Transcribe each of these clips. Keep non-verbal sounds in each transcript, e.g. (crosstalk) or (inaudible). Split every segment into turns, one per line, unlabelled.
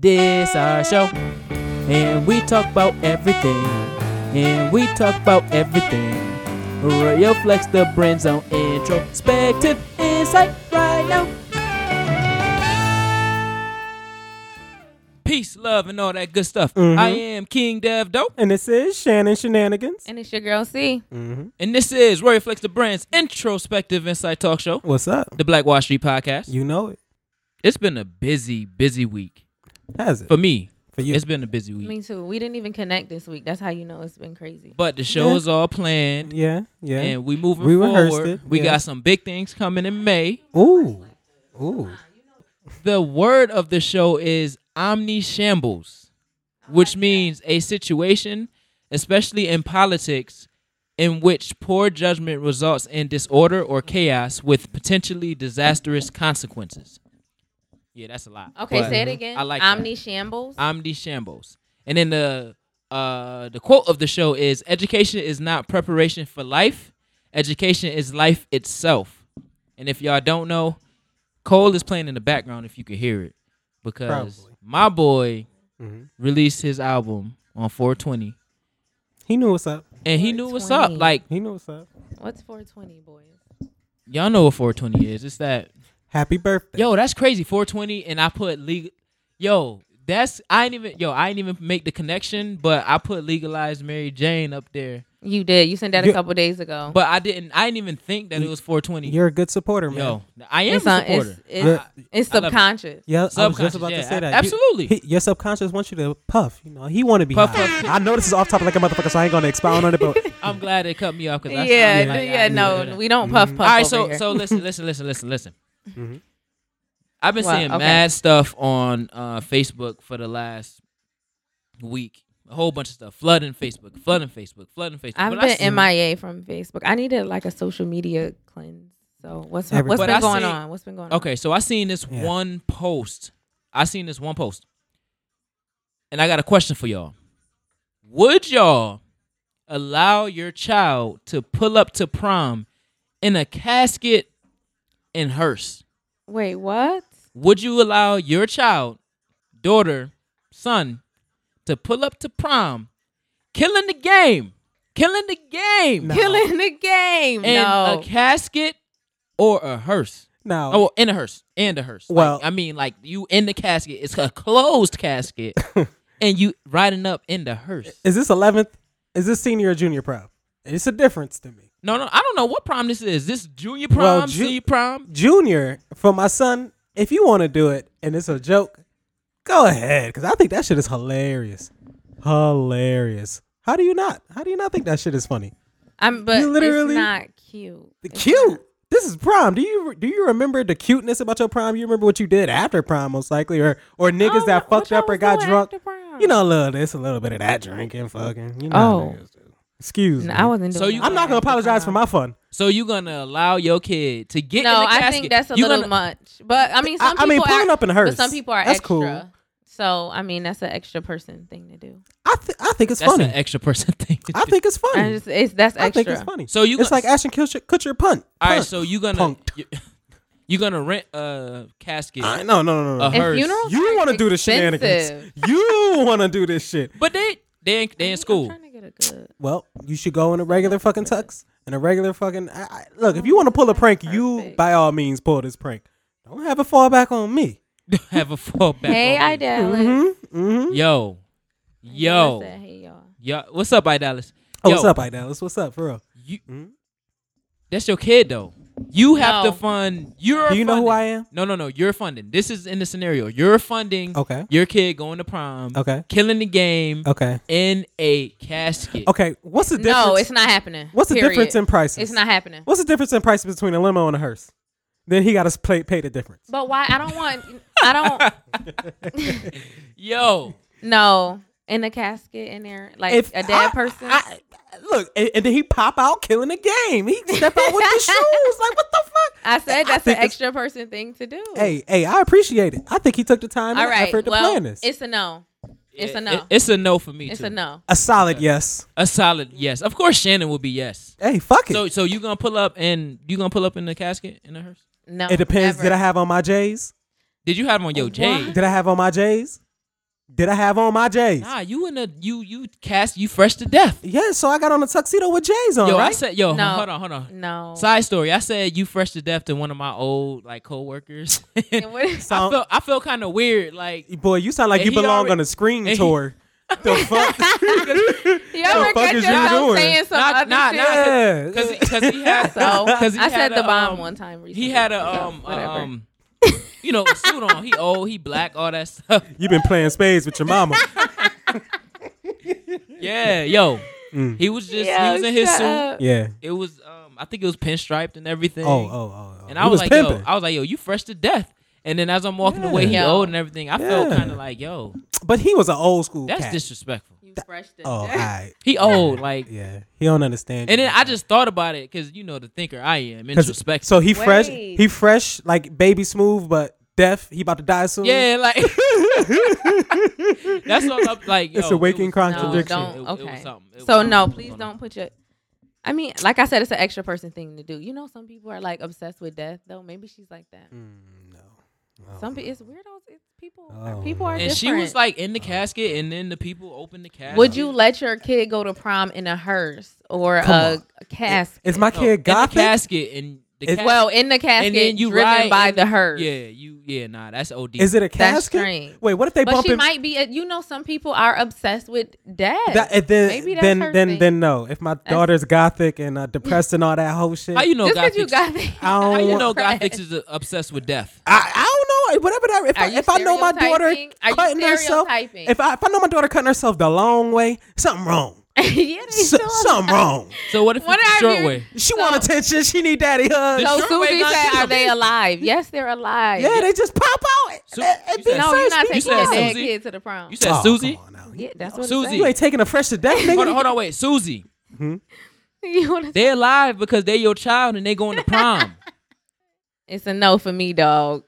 This our show, and we talk about everything, and we talk about everything. Radio Flex, the brand zone introspective insight right now. Peace, love, and all that good stuff.
Mhm.
I am King Dev Dope,
And this is Shannon Shenanigans.
And it's your girl C.
Mm-hmm.
and this is Radio Flex, the brand's introspective insight talk show,
What's up?
the Black Wall Street podcast.
You know it.
It's been a busy, busy week
Has it?
for me.
For you.
It's been a busy week,
Me too. We didn't even connect this week. That's how you know it's been crazy.
but the show
Yeah.
is all planned.
yeah, yeah.
and we moving
We rehearsed
forward.
it,
We
yeah.
got some big things coming in May.
ooh. Ooh.
The word of the show is omni shambles, which means a situation, especially in politics, in which poor judgment results in disorder or chaos with potentially disastrous consequences. Yeah, that's a lot.
Okay,
But
say it again.
I like that.
Omni Shambles.
Omni shambles. And then the uh the quote of the show is education is not preparation for life. Education is life itself. And if y'all don't know, Cole is playing in the background if you could hear it. Because
Probably.
my boy
Mhm.
released his album on 420.
He knew what's up.
And he knew what's up.
420.
Like,
He knew what's up.
What's 420, boys?
y'all know what 420 is. It's that
Happy birthday.
Yo, that's crazy. 420, and I put legal. Yo, that's I ain't even. Yo, I ain't even make the connection, but I put legalized Mary Jane up there.
You did. You sent that
You-
a couple days ago.
But I didn't. I didn't even think that it was 420.
You're a good supporter, man.
yo, I am
it's,
a
on, it's,
supporter.
it's,
Yeah.
it's
I love it.
subconscious.
Yeah, I was
Subconscious,
just about
yeah,
to say
a-
that.
absolutely.
You,
(laughs)
he- your subconscious wants you to puff. You know, he want to be
Puff,
high.
puff.
I know this is off topic like a motherfucker, so I ain't gonna expound on it. (laughs) But
I'm glad they cut me off because
Yeah,
I
yeah,
sounded like I knew that.
no, we don't puff puff.
All right,
over
so
here.
so listen, listen, listen, listen, listen.
Mhm.
I've been
Wow,
seeing
okay.
mad stuff on uh, Facebook for the last week. A whole bunch of stuff, flooding Facebook, flooding Facebook, flooding Facebook.
I've
But I
been
see-
MIA from Facebook. I needed like a social media cleanse. So what's
Every-
what's
But
been
I
going
see-
on? What's been going on?
Okay, so I seen this
Yeah.
one post. I seen this one post. And I got a question for y'all. Would y'all allow your child to pull up to prom in a casket and hearse?
Wait, what?
Would you allow your child, daughter, son, to pull up to prom, killing the game, killing the game,
No.
Killing the game.
in
no.
a casket or a hearse?
now,
Oh, well, in a hearse, and a hearse. Like,
Well-
I mean, like you in the casket. It's a closed casket,
(laughs)
and you riding up in the hearse.
is this 11th? Is this senior or junior prom? It's a difference to me.
No, no, I don't know what prom this is. This junior prom,
Well, ju-
senior prom.
Junior, for my son, if you want to do it and it's a joke, go ahead. Because I think that shit is hilarious. Hilarious. How do you not? How do you not think that shit is funny?
I'm but
You literally-
it's not cute.
The
It's
cute. This is prom. Do you do you remember the cuteness about your prom? You remember what you did after prom, most likely, or or
not-
niggas
Oh,
that
no,
fucked
what
up or
y'all
got
was doing
drunk.
after prom?
You know, a little this, a little bit of that drinking, fucking. You know how
Oh.
niggas do. excuse
No,
me.
I wasn't
So
doing
you-
that
I'm not gonna
after
apologize for
prom.
my fun.
So you gonna allow your kid to get in
No,
the casket?
I think that's a
You
little
gonna-
much. But I mean,
I-
some
I mean,
people
pulling
are,
up in a hearse,
But some people are
that's
extra.
cool.
So I mean, that's an extra person thing to do.
I th- I think it's
That's
funny.
an extra person (laughs) thing.
I think it's funny.
I just, it's that's
I
extra.
think it's funny.
So you
it's
go-
like Ashton Kutcher, Kutcher punt.
All right,
Punt.
so you gonna
Punked.
you, (laughs) you gonna rent a casket?
I, no no no no.
Uh,
no.
And
Hers.
funerals
you
are
want to do the shenanigans?
expensive.
You want to do this shit?
But they they in, they in
I'm
school.
trying to get a good.
Well, you should go in a regular fucking tux and a regular fucking. I, I, look, if you want to pull a prank, you
Perfect.
by all means pull this prank. Don't have a fallback on me.
(laughs) Have a fallback.
Hey,
on
I
it.
Dallas.
Mm-hmm. Mm-hmm.
Yo,
I
yo,
said, hey y'all.
yo. What's up, I Dallas?
Oh,
Yo,
what's up, Idalis? What's up, for real?
You,
Mhm.
That's your kid though. You have
No.
to fund. You're.
Do you know who
funding-
I am?
No, no, no. You're funding. This is in the scenario. You're funding
Okay.
your kid going to prom,
Okay.
killing the game
Okay.
in a casket.
Okay. What's the difference?
No, it's not happening.
what's the
period.
difference in prices?
It's not happening.
What's the difference in price between a limo and a hearse? Then he got to pay, pay the difference.
But why? I don't want. I
(laughs)
don't.
Yo,
No, in a casket in there, like
If
a dead
I-
person.
I- I- look, and, and then he pop out killing the game. He step out with
(laughs)
the shoes. Like what the fuck?
I said that's
think it's-
an extra person thing to do.
Hey, hey, I appreciate it. I think he took the time
all
and
right.
effort to
Well,
plan this.
it's a no. It's a
It-
no.
it- it's a no for me.
it's
too.
a no.
a solid yes.
A solid yes. Of course, Shannon will be yes.
Hey, fuck it.
So, so you gonna pull up and you gonna pull up in the casket in the hearse?
No.
it depends.
never.
Did I have on my J's? Oh,
Did you have on your
What?
J?
Did I have on my J's? Did I have on my J's?
Nah, you in a you you cast you fresh to death.
Yeah, so I got on a tuxedo with J's on,
Yo, I
right?
said yo,
No.
hold on, hold on.
No.
Side story, I said you fresh to death to one of my old like coworkers. (laughs)
And what is- (laughs)
I
Sound-
felt I felt kind of weird, like
Boy, you sound like
And
you
he
belong
already-
on a screen
and he- (laughs)
tour. the fuck?
you ever
fuck
catch
is you
yourself
doing?
saying some
nah,
other
nah,
shit?
shit.
because because he had
(laughs)
So
because he
I
had
said the
a,
bomb
um,
one time recently.
He had a
so
um a,
(laughs) whatever.
um you know a suit on. He old, he black, all that
(laughs)
stuff.
you been playing spades with your mama.
Yeah, yo,
Mm.
he was just
Yo,
he was in his
shut
suit.
up.
Yeah.
It was um I think it was pinstriped and everything.
Oh, oh, oh. oh.
And
You
I was, like,
pimping.
yo, I was like, yo, you fresh to death. And then as I'm walking
Yeah.
away, he
Yeah.
old and everything. I felt
Yeah.
kind of like, yo,
but he was an old school
that's
cat.
disrespectful.
You fresh to
oh,
(laughs)
all
death.
right.
He old, like,
Yeah, he don't understand.
and then I just thought about it because you know the thinker I am,
respect.
introspective.
So he fresh.
Wait.
He fresh like baby smooth, but deaf. He about to die soon.
yeah, like (laughs) that's all. I'm like, yo,
It's a
it
waking
was-
contradiction.
It,
No,
it
don't.
was
Okay.
something. It
so
was-
no,
it was
please
on-
don't put your. I mean, like I said, it's an extra person thing to do. You know, some people are like obsessed with death, though. Maybe she's like that.
Mm, no. No.
Some people, it's weirdos. It's people.
Oh,
people are
no.
And
different.
she was like in the casket, and then the people opened the casket.
Would you let your kid go to prom in a hearse or
Come
a
on.
casket?
Is my
No,
kid
in the
gothic?
casket? And the
It's-
cas-
well, in the casket,
and then you
driven
ride
by
in-
the hearse.
Yeah, you. Yeah, nah, that's od.
Is it a
That's
casket?
strange.
Wait, what if they
But
bump
she
him?
might be. A, you know, some people are obsessed with death.
That, and then,
Maybe that's
then,
her
then,
thing.
then, no. If my daughter's gothic and uh, depressed and all that whole shit,
How you know?
Just because you
Gothic's-
got the- (laughs)
I don't
How you
want-
know Gothics is uh, obsessed with death?
I, I don't know. Whatever that. If,
Are
I,
you
if I know my daughter
stereotyping? Are you
cutting herself,
stereotyping?
if I if I know my daughter cutting herself the long way, something wrong.
(laughs) yeah, they
So,
still-
something wrong.
So what if
What
it's
are
the short
you-
way?
She
So-
want attention. She need daddy hugs.
The
So
short way
Susie
gonna
said,
kill
"Are they
me.
alive? Yes, they're alive.
Yeah, they just pop out.
Su-
and- and
you
be
said-
no, you're
nice
not
people.
You
taking
said
your dead
Susie?
kid to the prom.
You said
Oh,
Susie.
come on now.
yeah, that's what it
Susie.
You ain't taking a fresh to death,
Hold on,
nigga.
hold on, wait, Susie.
said. (laughs) You wanna-
They alive because they your child and they going to prom.
(laughs) It's a no for me, dog.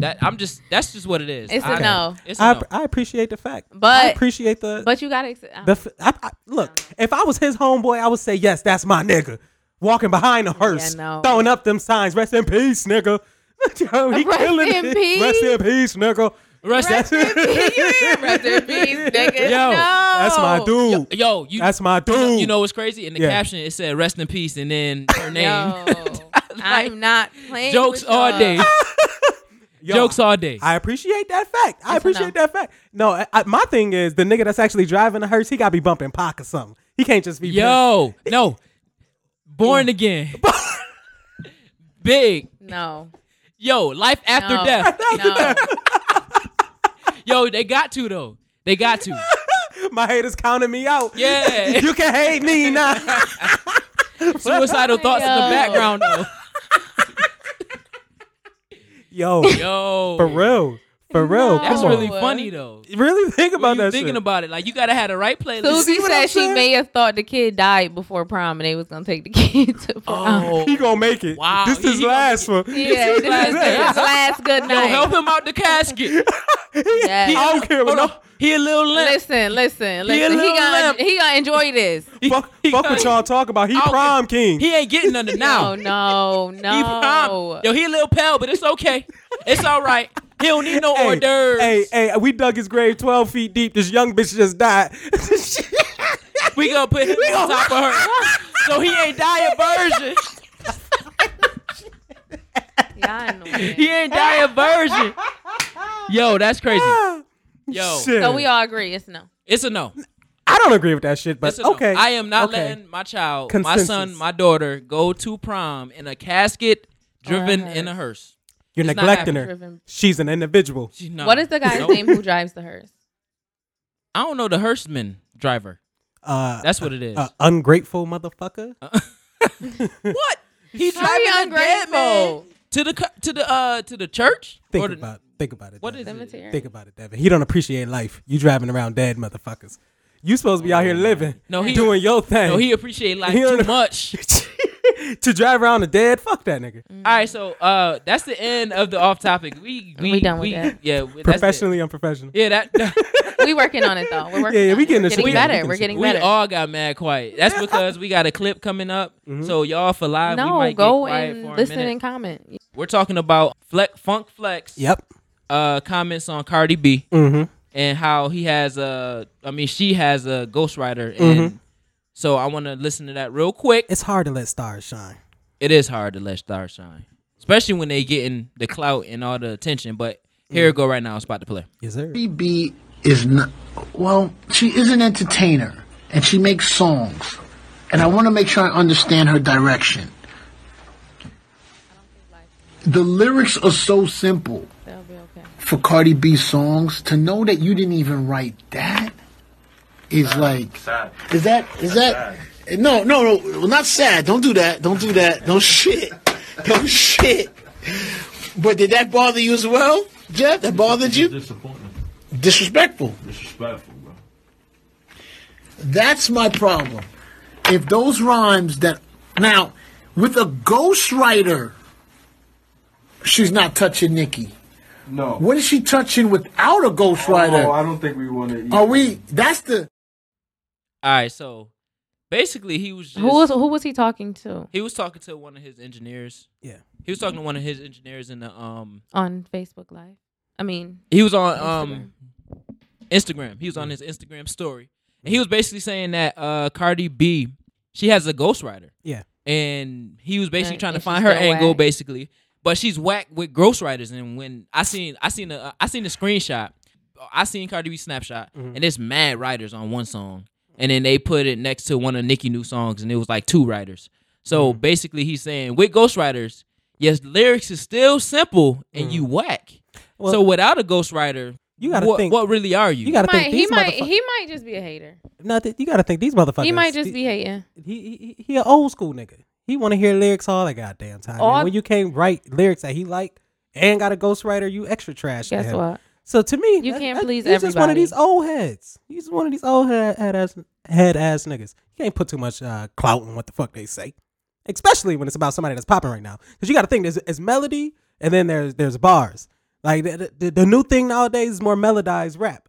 that I'm just. That's just what it is.
It's a
a
no.
It's a
I,
no.
I appreciate the fact. I
But-
appreciate the
But you gotta accept.
the. f- I, I- look, if I was his homeboy, I would say yes. That's my nigga. Walking behind the hearse,
no.
throwing up them signs. Rest in peace, nigga. (laughs) Yo, he
Rest
killing
in
it.
peace?
Rest in peace, nigga.
Rest-
That's,
Rest in peace, nigga.
Yo,
no.
that's my dude.
Yo, you.
that's my dude.
you know- You know what's crazy? In the
Yeah.
caption, it said "Rest in peace" and
(laughs)
then her
Yo,
name.
(laughs) I'm not
(laughs)
playing.
Jokes
with y'all.
all day.
(laughs) Yo,
Jokes all day.
I appreciate that fact. I
Yes or no?
appreciate that fact. No, I, I- my thing is the nigga that's actually driving the hearse, he gotta be bumping Pac or something. He can't just be
Yo, no. Born
(laughs)
again. Big.
No.
Yo, life after
no, (laughs)
death.
No.
Yo, they got to though. They got to.
My haters counting me out.
Yeah.
(laughs) you can
(laughs)
hate me now.
Suicidal thoughts in the
Yo.
background though.
Yo,
Yo.
for real. For real.
No.
That's
Come
really
on.
funny though.
(laughs) Really think
When
about
you
that
thinking
shit.
about it, like you gotta have the right (laughs) playlist.
Susie
see what
said
I'm
she
saying?
may have thought the kid died before prom and they was gonna take the (laughs) kid to prom.
Oh,
he gonna make it.
Wow,
This
he-
is
he gonna
last (laughs) one.
Yeah, this
(laughs)
is his last good
Yo, help
night.
him out the casket.
Yes.
(laughs) I don't care.
Hold
No,
on. He a little limp.
Listen, listen, listen.
little
He gonna,
limp.
he gonna enjoy this.
He-
fuck,
he
fuck
gonna-
what y'all talk about. He
I don't
prom king.
He ain't getting
(laughs)
under (laughs) now.
Oh
(laughs)
no,
He prom.
no.
Yo, he a little pale, but it's okay. It's all right. He don't need no hors d'oeuvres.
(laughs) hey, hey, we dug his grave 12 feet deep. This young bitch just died. (laughs)
We gonna put him on top
(laughs)
of her. So he ain't die a virgin.
Y'all annoying.
(laughs) He ain't die a virgin. Yo, that's crazy. Yo,
Shit.
So we all agree it's no.
it's a no.
I don't agree with that shit, but
It's a no.
okay.
I am not
okay.
letting my child,
Consensus.
my son, my daughter go to prom in a casket driven
hearse.
in a hearse.
You're
It's not
neglecting her.
Driven.
She's an individual.
She- no.
What is the guy's
Nope.
name who drives the hearse?
I don't know the hearseman driver.
Uh,
That's what it is. Uh,
uh, ungrateful motherfucker.
what? He
How you
driving a dead man
ungrateful?
to the cu- to the uh to the church.
Think
the-
about, think about it.
what
Devin.
is it?
Cemetery.
Think about it, Devin. He don't appreciate life. You driving around dead motherfuckers. You supposed to be out here living,
Oh, No, he-
doing your thing.
No, he appreciate life
He
too
under-
much.
(laughs) to drive around a dead, fuck that nigga.
All right, so uh, that's the end of the off topic. We we,
We done with that.
Yeah, we- that's it.
Professionally, unprofessional.
Yeah, that, (laughs)
We working on it though. We're working.
Yeah, yeah,
on
we
it.
getting
We're
this-
getting
we-
better.
we
We're
getting
getting
we
better.
all got mad quiet. That's because we got a clip coming up. So y'all for live, we
no,
might
go
get quiet for
and
a
listen
minute.
and comment.
We're talking about Fleck, Funk Flex
Yep.
uh, comments on Cardi B.
Mm-hmm.
and how he has a, I mean, she has a ghostwriter, and so I want to listen to that real quick.
It's hard to let stars shine.
It is hard to let stars shine, especially when they getting the clout and all the attention. But here it go right now. It's about to play.
Yes, sir.
B is not, well, she is an entertainer and she makes songs. And I want to make sure I understand her direction. The lyrics are so simple
That'll be okay.
for Cardi B songs. To know that you didn't even write that is like,
Sad.
is that, is that, no, no, no, well, not sad. Don't do that. Don't do that. Don't shit. Don't shit. But did that bother you as well, Jeff? That bothered you?
Disappointment.
Disrespectful.
Disrespectful, bro.
That's my problem. If those rhymes that now with a ghostwriter, she's not touching Nikki.
No.
What is she touching without a
Oh, I
ghostwriter?
don't think we want to.
Are we? That's the
All right, so basically he was just,
Who was who was he talking to
he was talking to one of his engineers.
Yeah.
He was talking to one of his engineers in the um
on Facebook Live? I mean,
he was on um Instagram. He was on his Instagram story. And he was basically saying that uh Cardi B, she has a ghostwriter.
Yeah.
And he was basically
Right,
trying to
Uh, and
find her
she's still
angle
whack.
basically. But she's whack with ghostwriters and when I seen I seen a I seen a screenshot. I seen Cardi B snapshot
Mm-hmm.
and it's mad writers on one song. And then they put it next to one of Nicki new songs and it was like two writers. So
Mm-hmm.
basically he's saying with ghostwriters, yes, lyrics is still simple and you whack.
Mm-hmm. Well-
so without a ghostwriter,
You gotta
what,
think-
what really are you?
You gotta
might,
think
he
these
might
motherfuckers.
he might just be a hater.
Nothing. You gotta think these motherfuckers.
He might just
the-
be hating.
he he, he an old school nigga. He want to hear lyrics all that goddamn time.
All-
and when you can't write lyrics that he liked and got a ghostwriter, you extra trash. to
Guess
him.
what?
So to me,
You can't please
He's just one of
everybody.
these old heads. He's one of these old head, head ass head ass niggas. You can't put too much uh, clout on what the fuck they say, especially when it's about somebody that's popping right now. Because you got to think there's it's melody and then there's there's bars. Like the, the, the new thing nowadays is more melodized rap.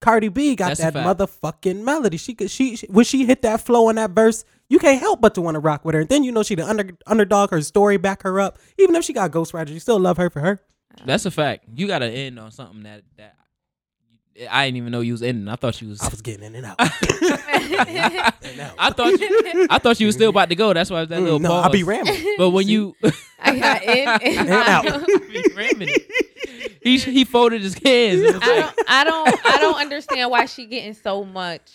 Cardi B got
That's a
that
fact.
motherfucking melody. She could she, she when she hit that flow in that verse, you can't help but to want to rock with her. And then you know she the under, underdog, her story back her up. Even if she got ghostwriters, you still love her for her.
That's a fact. You gotta end on something that that I didn't even know you was ending. I thought you was.
I was getting in
(laughs)
and out.
I
(laughs)
thought you, I thought you was still about to go. That's why I was that little
Mm, no,
pause.
I'll be rambling.
(laughs)
But when
(laughs)
you
(laughs) I got in.
And out.
(laughs) be ramming it. (laughs) he he folded his hands. It was
(laughs) I
like,
don't, I don't, I don't understand why she getting so much.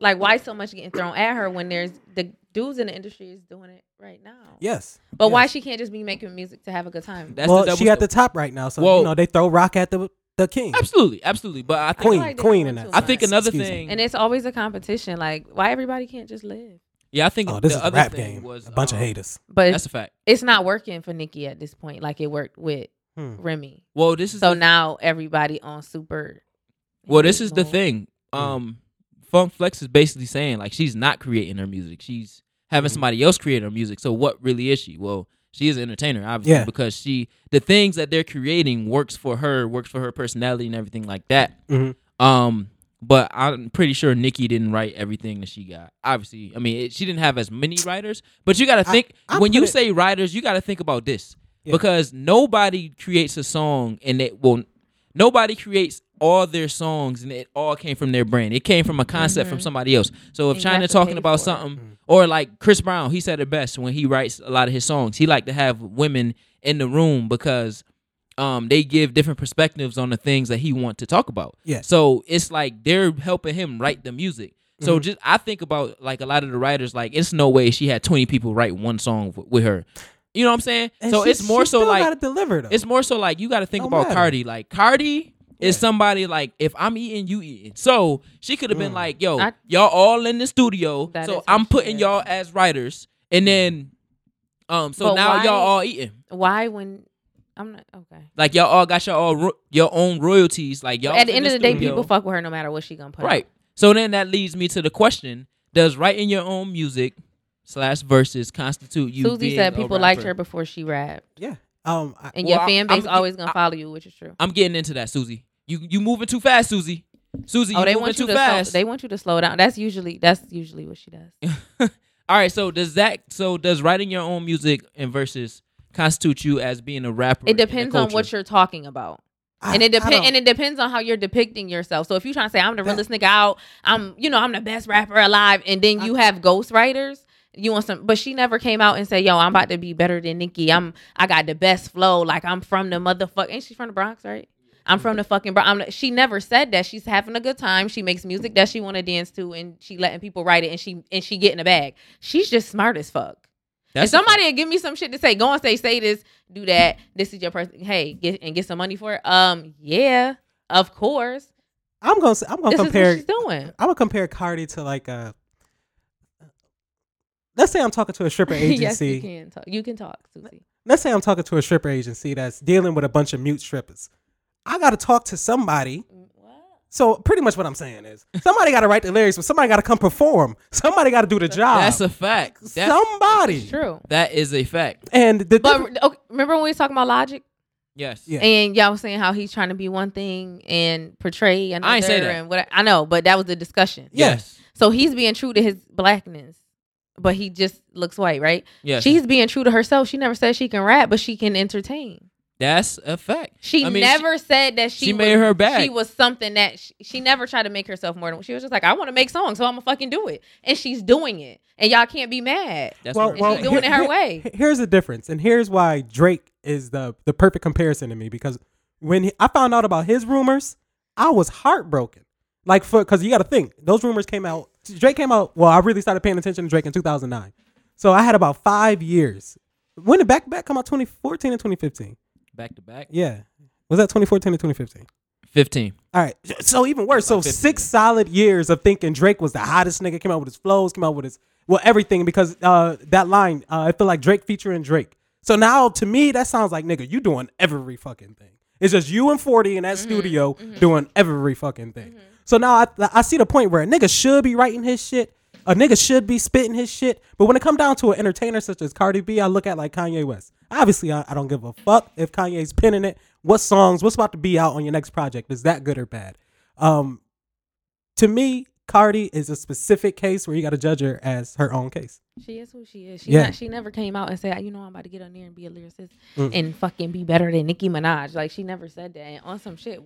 Like, why so much getting thrown at her when there's the dudes in the industry is doing it right now.
Yes.
But
yes.
why she can't just be making music to have a good time?
that's
well,
the double
she at the
standard.
top right now, so
Whoa.
you know they throw rock at the the king,
absolutely, absolutely. But I think
queen,
like they
queen,
doing
and
too
I think
Right.
another
Excuse me.
thing.
and it's always a competition. Like, why everybody can't just live?
yeah, I think
Oh, this
the
is a
other
rap
thing
game.
was
a bunch
um,
of haters.
But
That's
it's,
a fact.
it's not working for Nikki at this point. Like it worked with
Hmm.
Remy.
Well, this is
So
the-
now everybody on super.
Well, this is the
Boom.
thing.
Mm.
Um, Funk Flex is basically saying like she's not creating her music. She's having
Mm-hmm.
somebody else create her music. So what really is she? Well, she is an entertainer, obviously,
Yeah.
because she the things that they're creating works for her, works for her personality and everything like that.
Mhm.
Um, but I'm pretty sure Nikki didn't write everything that she got. Obviously, I mean it, she didn't have as many writers. But you got to think
I
when you
put it-
say writers, you got to think about this
Yeah.
because nobody creates a song and it will nobody creates all their songs and it all came from their brain. It came from a concept
Mm-hmm.
from somebody else. So if
And you
China
have to
talking
pay
about
for it.
something
Mm.
or like Chris Brown, he said it best when he writes a lot of his songs. He like to have women in the room because um they give different perspectives on the things that he want to talk about.
Yeah.
So it's like they're helping him write the music. So
Mm-hmm.
just I think about like a lot of the writers like it's no way she had 20 people write one song w- with her. You know what I'm saying?
And
so
she-
it's more
she
so
still
like
gotta deliver though.
it's more so like you got to think
No
about
matter.
Cardi. Like Cardi is somebody like if I'm eating, you eating. So she could have
Mm.
been like, "Yo,
I-
y'all all in the studio,
That is
so
what
I'm
she
putting
is.
y'all as writers,
Mm.
and then um, so
But
now
why-
y'all all eating."
Why when I'm not okay.
Like y'all all got your all ro- your own royalties. Like y'all
At the
in
end of the day,
studio.
people fuck with her no matter what she gonna put. out.
right. So then that leads me to the question: Does writing your own music slash verses constitute you?
Susie
being
said
a
people liked
rapper?
her before she rapped,
yeah. Um, I,
and
Well,
your
I-
fan base
I'm-
always gonna
I-
follow you, which is true.
I'm getting into that, Susie. You you moving too fast, Susie. Susie,
Oh,
you
they
moving
want you
too
to
fast.
slow, they want you to slow down. That's usually that's usually what she
(laughs)
does.
All right, so does that so does writing your own music and verses constitute you as being a rapper?
It depends on what you're talking about.
I-
and it
I don't-
depends. And it depends on how you're depicting yourself. So if you're trying to say I'm the realest nigga out, I'm you know I'm the best rapper alive, and then you have ghostwriters. You want some, but she never came out and said, "Yo, I'm about to be better than Nicki. I'm I got the best flow. Like I'm from the motherfucker. Ain't she from the Bronx, right? I'm from the fucking Bronx. I'm- She never said that. She's having a good time. She makes music that she want to dance to, and she letting people write it, and she and she getting a bag. She's just smart as fuck.
That's
if somebody would give me some shit to say, go and say, say this, do that. This is your person. Hey, get and get some money for it. Um, yeah, of course.
I'm gonna say, I'm gonna
(laughs) This
compare.
is what she's
(laughs)
doing.
I'm gonna compare Cardi to like a. Let's say I'm talking to a stripper agency.
(laughs) yes, you can talk. You can talk, Susie.
let's say I'm talking to a stripper agency that's dealing with a bunch of mute strippers. I got to talk to somebody. So pretty much what I'm saying is somebody got to write the lyrics, but somebody got to come perform. Somebody got to do the job.
That's a fact. That's,
somebody.
True.
that is a fact.
And the different-
But okay, remember when we was talking about logic
Yes.
Yeah.
and y'all was saying how he's trying to be one thing and portray another
I ain't say that.
and what I know, but that was the discussion.
Yes.
So he's being true to his blackness, but he just looks white, right?
Yes.
She's being true to herself. She never said she can rap, but she can entertain.
That's a fact.
She
I mean,
never said that she,
she
was-
made her bag.
She was something that she, she never tried to make herself more than she was just like, I want to make songs, so I'm gonna fucking do it. And she's doing it. And y'all can't be mad.
That's
well,
what I'm
well,
saying.
doing it her way.
Here's the difference, and here's why Drake is the the perfect comparison to me because when he- I found out about his rumors, I was heartbroken. Like for because you got to think those rumors came out. Drake came out. Well, I really started paying attention to Drake in 2009, so I had about five years. When did Back to Back come out? 2014 and 2015.
back to back.
Yeah, was that 2014 and 2015?
Fifteen.
All right. So even worse. So
50.
six solid years of thinking Drake was the hottest nigga. Came out with his flows. Came out with his well everything because uh, that line. Uh, I feel like Drake featuring Drake. So now to me that sounds like nigga, you doing every fucking thing. It's just you and Forty in that studio doing every fucking thing. So now I I see the point where a nigga should be writing his shit. A nigga should be spitting his shit. But when it come down to an entertainer such as Cardi B, I look at like Kanye West. Obviously, I, I don't give a fuck if Kanye's pinning it. What songs? What's about to be out on your next project? Is that good or bad? Um, to me, Cardi is a specific case where you got to judge her as her own case.
She is who she is. She
Yeah.
not, she never came out and said, you know, I'm about to get on there and be a lyricist and fucking be better than Nicki Minaj. Like she never said that. And on some shit,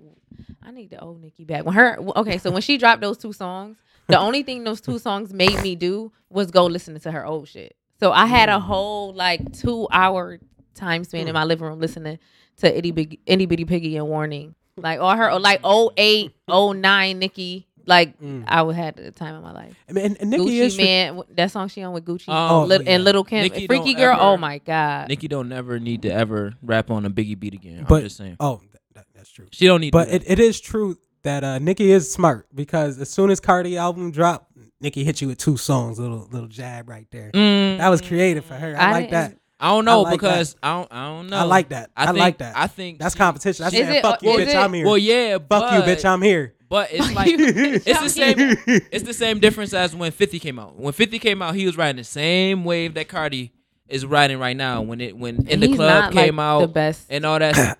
I need the old Nicki back. When her okay, so when she dropped those two songs, the only thing those two songs made me do was go listen to her old shit. So I had a whole like two hour time span in my living room listening to itty bitty, itty bitty piggy and warning. Like all her like 08, 09 Nicki. Like I would had the time of my life.
I mean, and, and Nicki
Gucci
is tri-
Man, w- that song she on with Gucci
Oh,
Oh,
Lit-
yeah.
and Little Kim,
Nicki
Freaky
don't
Girl. oh
ever-
my God,
Nikki don't ever need to ever rap on a Biggie beat again.
but
I'm just saying.
oh, that, that, that's true.
She don't need.
But
to do
it, it is true that uh, Nicki is smart because as soon as Cardi album dropped, Nicki hit you with two songs, little little jab right there.
that. Mm,
That was creative for her. I,
Mm, I
like that.
didn't-
I don't know
I like that.
because I don't. I don't know.
I like that. I,
think,
like that.
I think
that's
she-
competition. That's
Is
saying,
it-
fuck you,
is
bitch.
it-
I'm here.
Well, yeah. Fuck
fuck you, bitch. I'm here.
(laughs)
But it's like it's the same. It's the same difference as when Fifty came out. When Fifty came out, he was riding the same wave that Cardi is riding right now. When it when in the
He's
club
not, like,
came out
the best
and all that.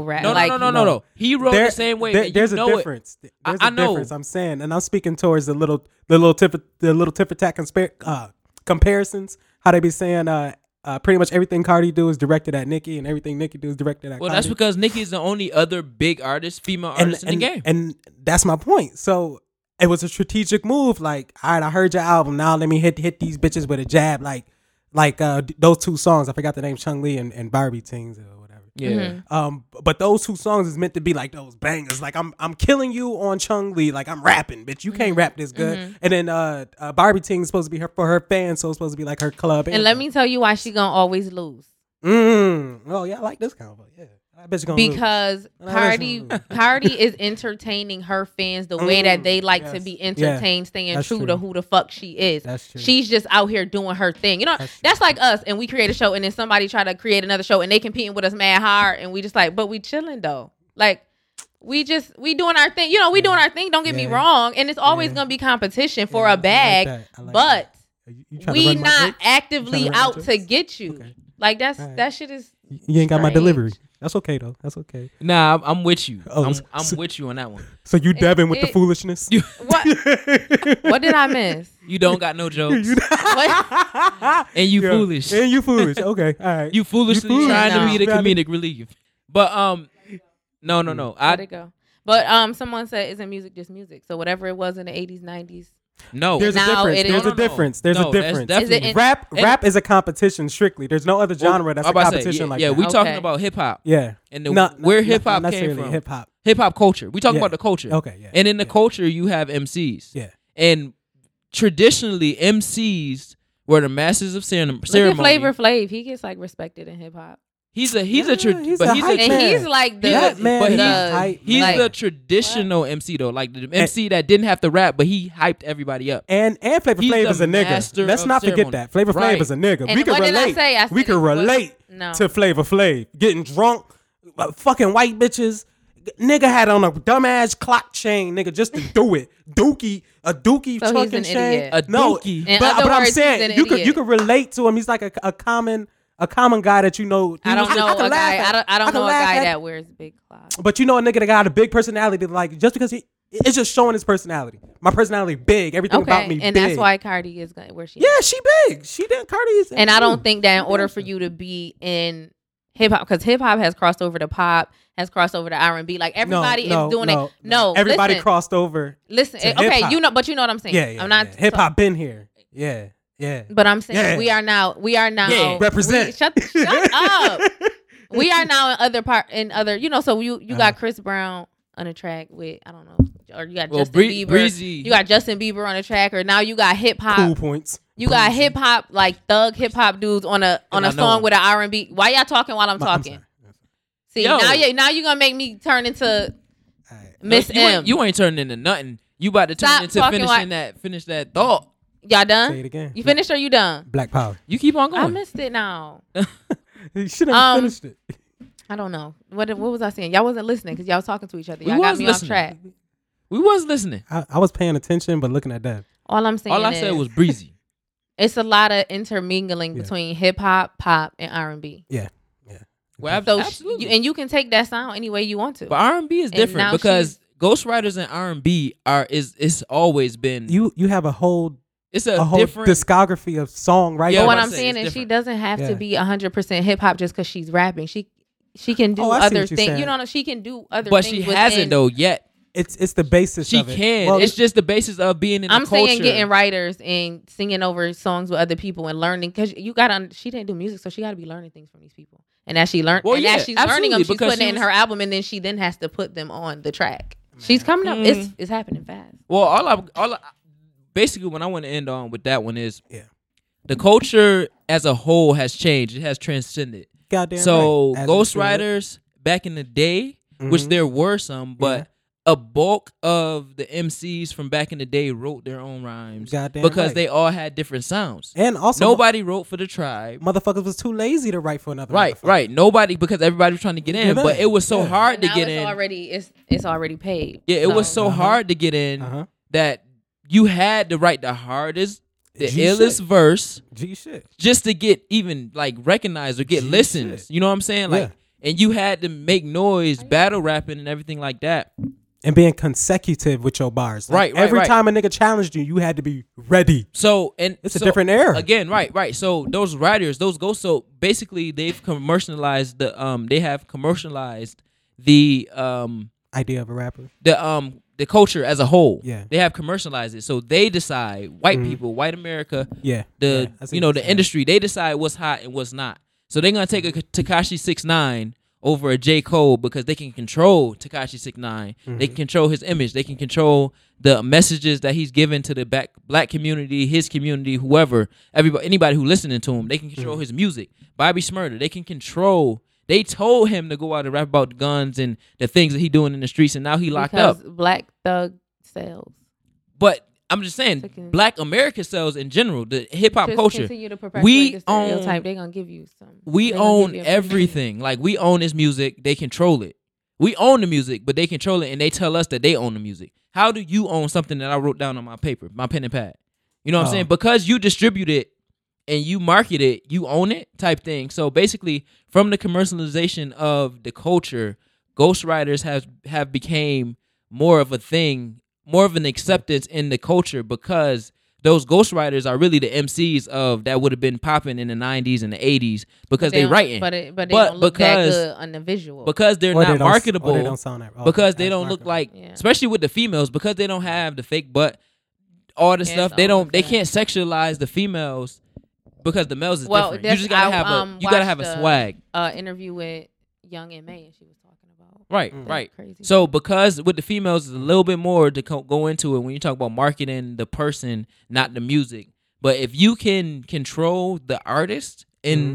No.
rap.
No, no,
like,
no, no, no, no. He rode
There-
the same wave.
there-
and you
there's
know
a
it.
difference.
I-
There's a
I know.
difference. I'm saying, and I'm speaking towards the little, the little tip, the little tip attack conspar- uh, comparisons. How they be saying, uh, uh, pretty much everything Cardi do is directed at Nicki, and everything Nicki do is directed at.
Well,
Cardi.
that's because Nicki is the only other big artist, female
and,
artist in
and,
the game.
and that's my point. So it was a strategic move. Like, all right, I heard your album. Now let me hit hit these bitches with a jab. Like, like uh, d- those two songs. I forgot the name, Chung Lee and, and Barbie Tings or whatever.
yeah.
Mm-hmm.
Um, b- but those two songs is meant to be like those bangers. Like I'm, I'm killing you on Chung Lee. Like I'm rapping, bitch. You
Mm-hmm.
can't rap this good. And then uh, uh Barbie Ting is supposed to be her for her fans, so it's supposed to be like her club.
And let me tell you why she gonna always lose
Mm. Oh yeah, I like this combo. Yeah, I bet you gonna lose.
because
No, that's
Cardi
not- (laughs)
Cardi is entertaining her fans the way that they like to
Oh, yes.
be
Yeah,
entertained, staying
that's
true,
true.
to who the fuck she is.
That's true.
She's just out here doing her thing. You know,
That's
that's,
true.
like us, and we create a show, and then somebody try to create another show, and they competing with us mad hard, and we just like, but we chilling though, like. we just we doing our thing. You know, we doing our thing. Don't get me
Yeah.
wrong, and it's always
Yeah.
gonna be competition for
Yeah, I
a
like
bag,
that. I like
but
You- you tryna
we
run my
not
jokes?
actively
run my
out to
jokes?
get you.
Okay.
Like that's
Alright.
that shit is.
You ain't got my
strange.
delivery. That's okay though. That's okay.
Nah, I'm, I'm with you.
Oh,
I'm,
so-
I'm
so-
with you on that one.
So you dabbing with the
it-
foolishness? (laughs)
What what did I miss?
You don't
(laughs)
got no jokes,
What?
and you
Yeah.
foolish.
And you foolish. Okay. All right.
You foolishly
foolish.
trying to be the
Nah.
comedic relief. But um, No, no, no.
How'd
I
it go? But um, someone said, "Isn't music just music?" So whatever it was in the '80s, '90s,
no.
There's a
Now
difference.
it is-
There's
No,
a
no, no.
difference. There's
No,
a
that's
difference.
definitely-
Is it in-
rap
it-
rap is a competition strictly. There's no other genre that's
I'm
a
about to say,
competition
yeah,
like
yeah,
that.
we talking
Okay.
about hip hop.
yeah.
And the, where hip hop came from.
Hip hop.
Hip hop culture. We talking
Yeah.
about the culture.
Okay, yeah,
And in the
yeah.
culture, you have MCs.
Yeah.
And traditionally, MCs were the masters of ceremony.
look at Flavor Flav. He gets like respected in hip hop,
He's a he's a
Yeah,
tra-
he's
but
a
he's
hype
a
and
man.
he's like the.
Yeah,
man,
but
the-
he's
hype
he's
like-
the traditional MC though, like the MC that didn't have to rap, but he hyped everybody up.
And and Flavor
He's
Flav
the
is a
master
nigga. Let's
of
not forget
ceremony.
that Flavor Flav
Right.
is a nigga.
And
we can
what did I
relate.
say? I
we
said
can
it was-
relate
No.
to Flavor Flav getting drunk, uh, fucking white bitches. Nigga had on a dumbass clock chain, nigga, just to do it. Dookie, a dookie
So he's
trucking
an
chain.
idiot. A
no,
dookie.
In
but,
other
but I'm
words, he's
saying
an
you could
idiot.
you could relate to him. He's like a, a common a common guy that you know.
I don't
could
know a
laugh
guy.
at-
I don't. I don't
could
know a
laugh
guy
at-
that wears big clocks.
but you know a nigga that got a big personality. Like just because he, it's just showing his personality. My personality big. Everything about
Okay,
me
and
big.
that's why Cardi is gonna- where she. is.
Yeah, she big. She did Cardi is.
And I don't think that in
She
order
big.
for you to be in hip hop, because hip hop has crossed over to pop, has crossed over to R and B. Like
No,
everybody
no,
is doing
no,
it. No,
everybody
listen,
crossed over.
Listen,
to
okay,
hip-hop.
you know, but you know what I'm saying.
Yeah, yeah.
I'm not
yeah. hip hop been here. Yeah, yeah.
But I'm saying
Yeah.
we are now. We are now.
Yeah.
Represent.
we- (laughs) shut, shut
(laughs)
up. We are now in other part in other. You know, so you you got Chris Brown on a track with I don't know, or you got
Uh-huh. Well,
Justin
Bree-
Bieber.
Breezy.
You got Justin Bieber on a track, or now you got hip hop.
cool points.
You got hip hop like thug hip hop dudes on a on
I
a
know
song
him.
with an R and B. Why y'all talking while I'm
My- I'm
talking?
sorry.
See
Yo.
now you now you gonna make me turn into
Alright.
Miss
you,
M.
Ain't, you ain't turning into nothing. You about to turn
Stop
into
fucking
finishing
like-
that finish that thought.
all done?
Say it again.
You finished or you done?
Black Power. (laughs)
You keep on going.
I missed it now.
You should have
Um,
finished it.
I don't know what what was I saying. Y'all wasn't listening because y'all was talking to each other.
We
Y'all got
was
me
listening.
off track.
we was listening.
I, I was paying attention, but looking at that.
All I'm saying.
All I
is,
said was
(laughs)
breezy.
it's a lot of intermingling
Yeah.
between hip hop, pop, and R and B.
Yeah, yeah.
Well,
So sh-
absolutely.
you, and you can take that sound any way you want to.
but R and B is
and
different
now
because ghostwriters and R and B are is it's always been
You you have a whole
it's
a
a,
whole
different
discography of song right
Yeah,
But
there.
what
what
I'm
I'm
saying
saying
is
is
she doesn't have
Yeah.
to be 100% hip hop just because she's rapping. She she can do
Oh, I see
other
what you're
things. You
saying.
know, she can do other
but she
things.
hasn't
within-
though yet.
It's it's the basis.
She
of it.
can.
Well,
it's just the basis of being in the
I'm
culture.
saying getting writers and singing over songs with other people and learning because you got to. She didn't do music, so she got to be learning things from these people. And as she learned,
Well,
and
yeah,
as she's learning
absolutely,
them, she's
because
putting
she
it in
was-
her album, and then she then has to put them on the track. She's coming up.
Mm.
It's it's happening fast.
Well, all I all I, basically what I want to end on with that one is
Yeah.
the culture as a whole has changed. It has transcended.
goddamn
so
right. As it
Ghost
should.
Riders back in the day, which
Mhm.
there were some, but a bulk of the MCs from back in the day wrote their own rhymes
Goddamn
because
right.
they all had different sounds.
and also
Nobody wrote for the tribe.
motherfuckers was too lazy to write for another.
Right,
motherfucker.
right. Nobody because everybody was trying to get in,
Get
but
in,
it was so
yeah.
hard to
Now
get
it's
in.
already it's it's already paid.
yeah, it was so
Uh-huh.
hard to get in
Uh huh.
that you had to write the hardest, the
You
illest
should.
verse
G shit.
just to get even like recognized or get
Gee,
listens.
shit.
You know what I'm saying? Like, and you had to make noise, battle rapping, and everything like that.
and being consecutive with your bars.
Right, right,
Every
right.
time a nigga challenged you, you had to be ready.
So, and
It's a
so-
different era.
Again, right, right. So those writers, those ghosts. So basically, they've commercialized the um, they have commercialized the um,
Idea of a rapper.
the um the culture as a whole.
Yeah.
They have commercialized it. So they decide white people, white America,
Yeah.
the
yeah, I see
you know
what
the
you're saying.
industry, they decide what's hot and what's not. So they're gonna take a Takashi six nine over a J Cole because they can control Takashi six They can control his image. They can control the messages that he's given to the back, black community, his community, whoever, everybody, anybody who listening to him. They can control his music. Bobby Smurda. They can control. They told him to go out and rap about guns and the things that he doing in the streets, and now he locked up.
because Black Thug sales.
But I'm just saying,
Fucking-
black America sells in general, the hip hop
Just
culture.
continue to perpetuate
We
the
own-
stereotype. They're gonna give you some.
We
they gonna give
own
you a- (laughs)
everything. Like we own his music, they control it. We own the music, but they control it and they tell us that they own the music. How do you own something that I wrote down on my paper, my pen and pad? You know what
Oh.
I'm saying? Because you distribute it and you market it, you own it type thing. So basically, from the commercialization of the culture, ghostwriters have have became more of a thing, more of an acceptance in the culture because those ghostwriters are really the MCs of that would have been popping in the 90s and the 80s because they
don't-
writing.
but it, but they
But
don't look
because-
that good on the visual.
because they're
Or
not
they don't- or they
marketable
don't sound that- oh,
because they
that's
don't look
marketable.
like
Yeah.
especially with the females because they don't have the fake butt all the
Yeah,
stuff
it's
they
all
don't they
different.
can't sexualize the females because the males is
Well,
different you
that's-
just gotta
I,
have
um,
a you gotta
watched
have
the-
a swag
uh, interview with Young and May, and she was talking about
right
Mm.
right
crazy.
so because with the females is a little bit more to co- go into it when you talk about marketing the person not the music but if you can control the artist in
Mm-hmm.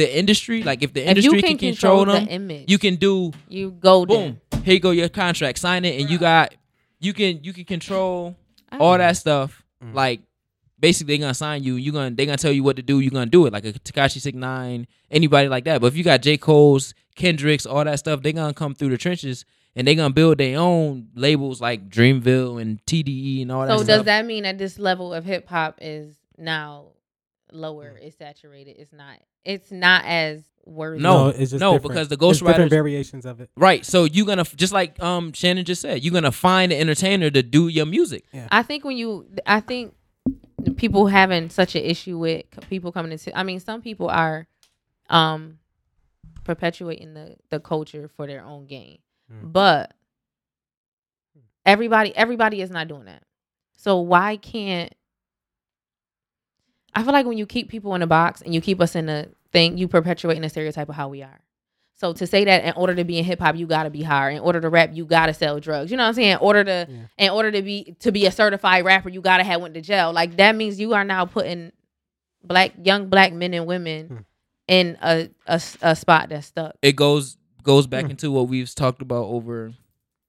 the industry like if the
if you
industry
can, control,
them
the image,
you can do
you go
boom here you go your contract sign it and you got you can you can control all that stuff like basically they're gonna sign you you gonna they're gonna tell you what to do you're gonna do it like a takashi 69 anybody like that but if you got j cole's kendrick's all that stuff they're gonna come through the trenches and they're gonna build their own labels like dreamville and tde and all that
So
stuff
does that mean that this level of hip hop is now lower?
Mm.
It's saturated. It's not. It's not as worthy.
No,
it's just
no,
different.
because the
It's different
ghostwriters-
variations of it.
right so you're gonna just like um shannon just said you're gonna find an entertainer to do your music
I think when you, I think people having such an issue with c- people coming into. I mean, some people are um perpetuating the the culture for their own gain,
Mm. Hmm.
but everybody everybody is not doing that. So why can't? I feel like when you keep people in a box and you keep us in a thing, you perpetuating a stereotype of how we are. So to say that in order to be in hip hop, you gotta be higher. In order to rap, you gotta sell drugs. You know what I'm saying? In order to
Yeah.
in order to be to be a certified rapper, you gotta have went to jail. Like that means you are now putting black young black men and women
Hmm.
in a, a s- a spot that's stuck.
it goes goes back
Hmm.
into what we've talked about over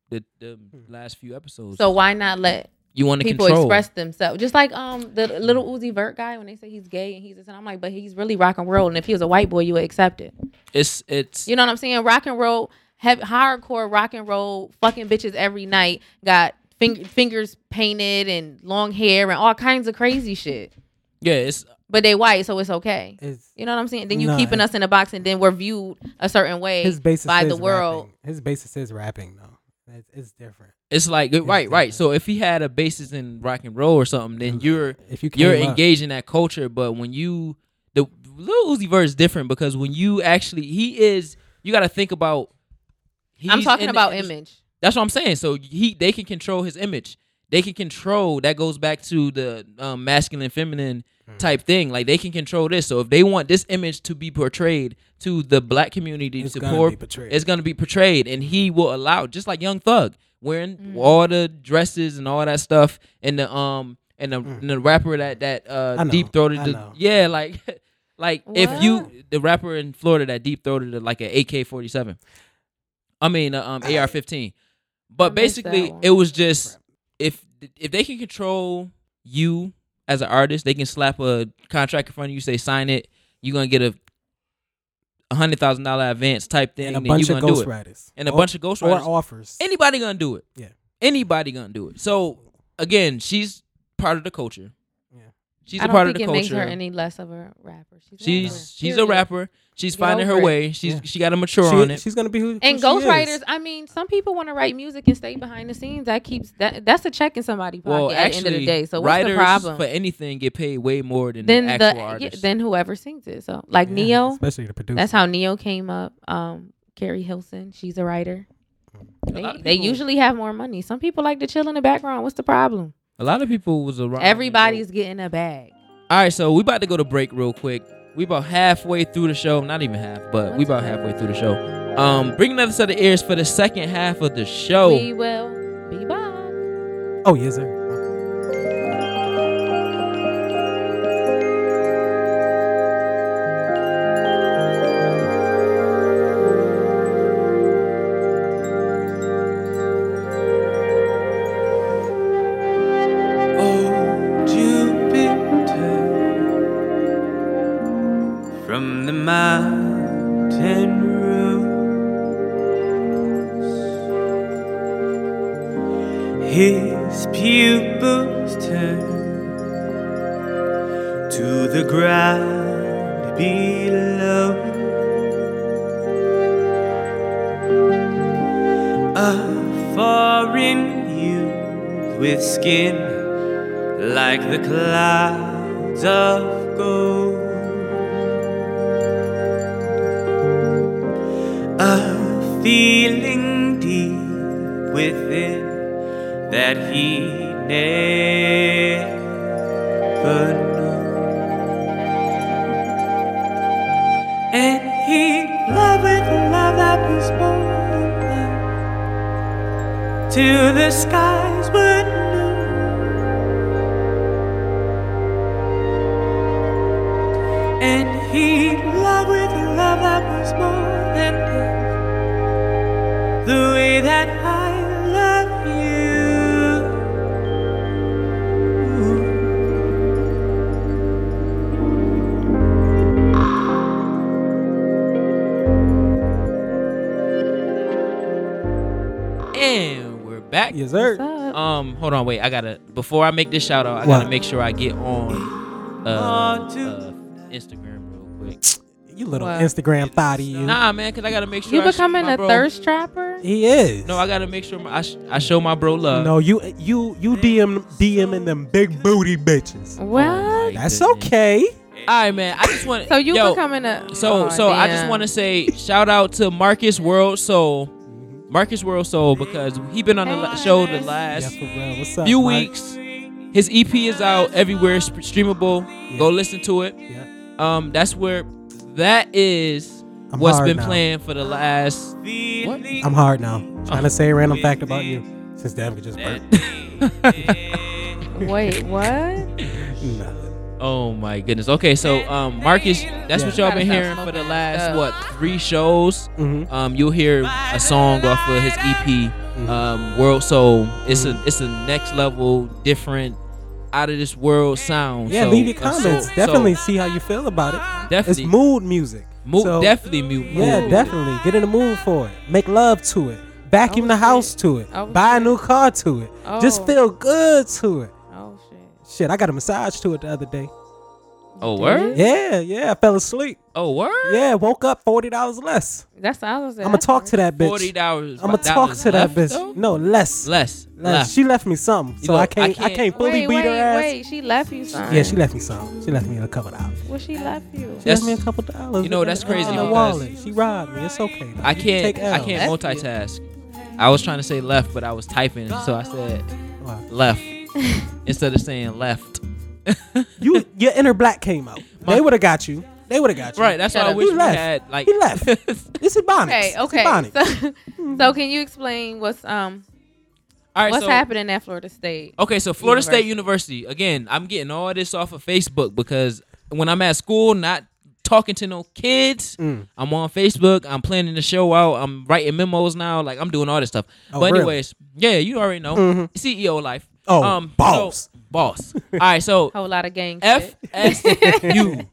the, the last few episodes.
So why not let
you want to
people
control.
express themselves? Just like um the little Uzi Vert guy when they say he's gay and he's this and I'm like, but he's really rock and roll. And if he was a white boy, you would accept it.
it's it's
You know what I'm saying? Rock and roll, have hardcore rock and roll, fucking bitches every night, got fing- fingers painted and long hair and all kinds of crazy shit.
yeah it's
But they white, so it's okay.
It's,
You know what I'm saying? Then you
Nah.
keeping us in a box, and then we're viewed a certain way
his basis
by
is
the world.
rapping. His basis is rapping though. It's, it's different.
it's like right right. So if he had a basis in rock and roll or something, then you're
If you came
you're
up-
engaged in that culture. But when you the Lil Uzi Vert is different because when you actually he is you got to think about.
I'm
he's
talking
in the
about
industry-
image.
That's what I'm saying. So he they can control his image. They can control that goes back to the um, masculine feminine type thing. Like they can control this. So if they want this image to be portrayed to the black community
It's
to
gonna
poor,
be portrayed.
it's gonna be portrayed and he will allow just like Young Thug wearing
Mm.
all the dresses and all that stuff and the um and the, and the rapper that that
Mm. I
uh
know,
deep throated
I know.
yeah like (laughs) like if
What?
you the rapper in Florida that deep throated like an AK forty seven. I mean, uh, um, AR fifteen.
I
But
missed
basically,
that one.
it was just if if they can control you as an artist, they can slap a contract in front of you, say sign it. You're gonna get a a hundred thousand dollar advance type thing,
and a
then
bunch
you
of
gonna do it.
ghostwriters
And a
Or-
bunch of
or
ghostwriters.
offers.
Anybody gonna do it?
Yeah.
Anybody gonna do it? So again, she's part of the culture.
Yeah.
She's
I
a
don't
part
think
of the
it
culture.
makes her any less of a rapper. She's a rapper.
she's she's a
Period.
rapper. She's
Get
finding her
over it.
way. She's
Yeah.
she got to mature
She-
on it.
She's gonna be who.
And
who she is.
ghostwriters, I mean, some people want to write music and stay behind the scenes. That keeps that that's a check in somebody's pocket
well,
at
actually,
the end of the day. So what's
writers
the problem?
for anything get paid way more than
then
the
the
actual
yeah,
artist.
then whoever sings it. So like
Yeah,
Neo,
especially the producer.
that's how Neo came up. Um, Carrie Hilson, she's a writer. They,
lot of
they
people-
usually have more money. Some people like to chill in the background. What's the problem?
a lot of people was around.
Everybody's getting a bag.
All right, so we about to go to break real quick. We about halfway through the show, not even half, but we about halfway through the show. Um, bring another set of ears for the second half of the show.
We will be back.
Oh yes, sir.
Oh, Jupiter from the mountain rose, his pupils turn to the ground below. A foreign youth with skin like the clouds of gold. A feeling deep within that he never knew. And he loved with love that was born in love to the skies would know. And he loved with love that was more than love, the way that I love you.
And we're back.
Yes, sir.
What's up?
Um, hold on, wait. I gotta before I make this shout out, I
What?
gotta make sure I get on uh,
On to-
uh, Instagram real quick.
You little
What?
Instagram thotty. You.
Nah, man, cause I gotta make sure
you
I sh-
becoming
my
a
bro-
thirst trapper?
He is.
No, I gotta make sure my, I, sh- I show my bro love.
No, you you you
Mm.
DM DMing them big booty bitches.
my
What?
That's
goodness.
okay.
All right, man. I just want
So you
yo,
becoming a?
So
Aw,
so I just
damn.
want to say shout out to Marcus World Soul,
Mm-hmm.
Marcus World Soul because he been on the la- show the
Yeah,
last
for real. What's up?
few
Mark?
weeks. His EP is out everywhere, sp- streamable. Go listen to it.
Yeah.
Um, that's where that is
I'm
what's
hard
been
now.
playing for the
(laughs)
last. What?
I'm hard now. Trying to say a random fact about you. Since Devin could
(laughs)
just burp. (laughs)
Wait, what?
Nothing.
Oh my goodness. Okay, so um, Marcus, that's
Yeah.
what y'all
Gotta
been
stop
hearing for the
smoking
last
stuff.
what three shows.
Mhm.
Um, you'll hear a song off of his EP, um, World Soul. It's a it's a next level, different, out of this world sound.
Yeah,
So,
leave your
uh, so-
comments.
so
definitely see how you feel about it.
definitely,
It's mood music.
mo-
So-
definitely, mu-
Yeah,
mood.
definitely. Get in the mood for it. Make love to it. Vacuum the house to it.
Oh,
Buy a new car to it. Just
Oh.
feel good to it.
Oh shit.
Shit, I got a massage to it the other day.
Oh word,
Yeah, yeah. I fell asleep.
oh word.
Yeah, woke up forty dollars less.
That's the other side.
I'm gonna talk to that
Forty
bitch.
dollars.
I'm gonna talk to that bitch. No, less.
Less,
Less.
less.
She left me some, so
know,
I can't.
I
I
can't-
can't fully
wait,
beat
wait,
her ass.
wait. She left you something.
Yeah, she left me some. She left me a couple dollars. She
Well, she left you.
That's-
left me a couple dollars.
you know, that's
in
crazy
the
because-
wallet. She robbed me. It's okay. though.
I
You can
can't.
Take
I
L's.
can't multitask. I was trying to say left, but I was typing, so I said
Wow.
(laughs)
left instead of saying left.
You, your inner black came out.
(laughs) My-
they would have got you. They would have got
(laughs)
you.
Right. That's why
Shut
I
up.
wish
He
we
left.
had like. (laughs)
He left. It's Ebonics.
Okay,
It's
okay.
Ebonics.
(laughs) So,
Mm-hmm.
so can you explain what's um
All right.
what's
so,
happening at Florida State?
Okay, so Florida State University. Again, I'm getting all this off of Facebook because when I'm at school, not talking to no kids,
Mm.
I'm on Facebook. I'm planning the show out. I'm writing memos now. Like I'm doing all this stuff.
Oh,
but
really? Mm-hmm.
anyways, yeah, you already know CEO life. Um,
Oh,
so-
boss.
boss. all right, so
Whole lot of gang shit.
(laughs)
FSU,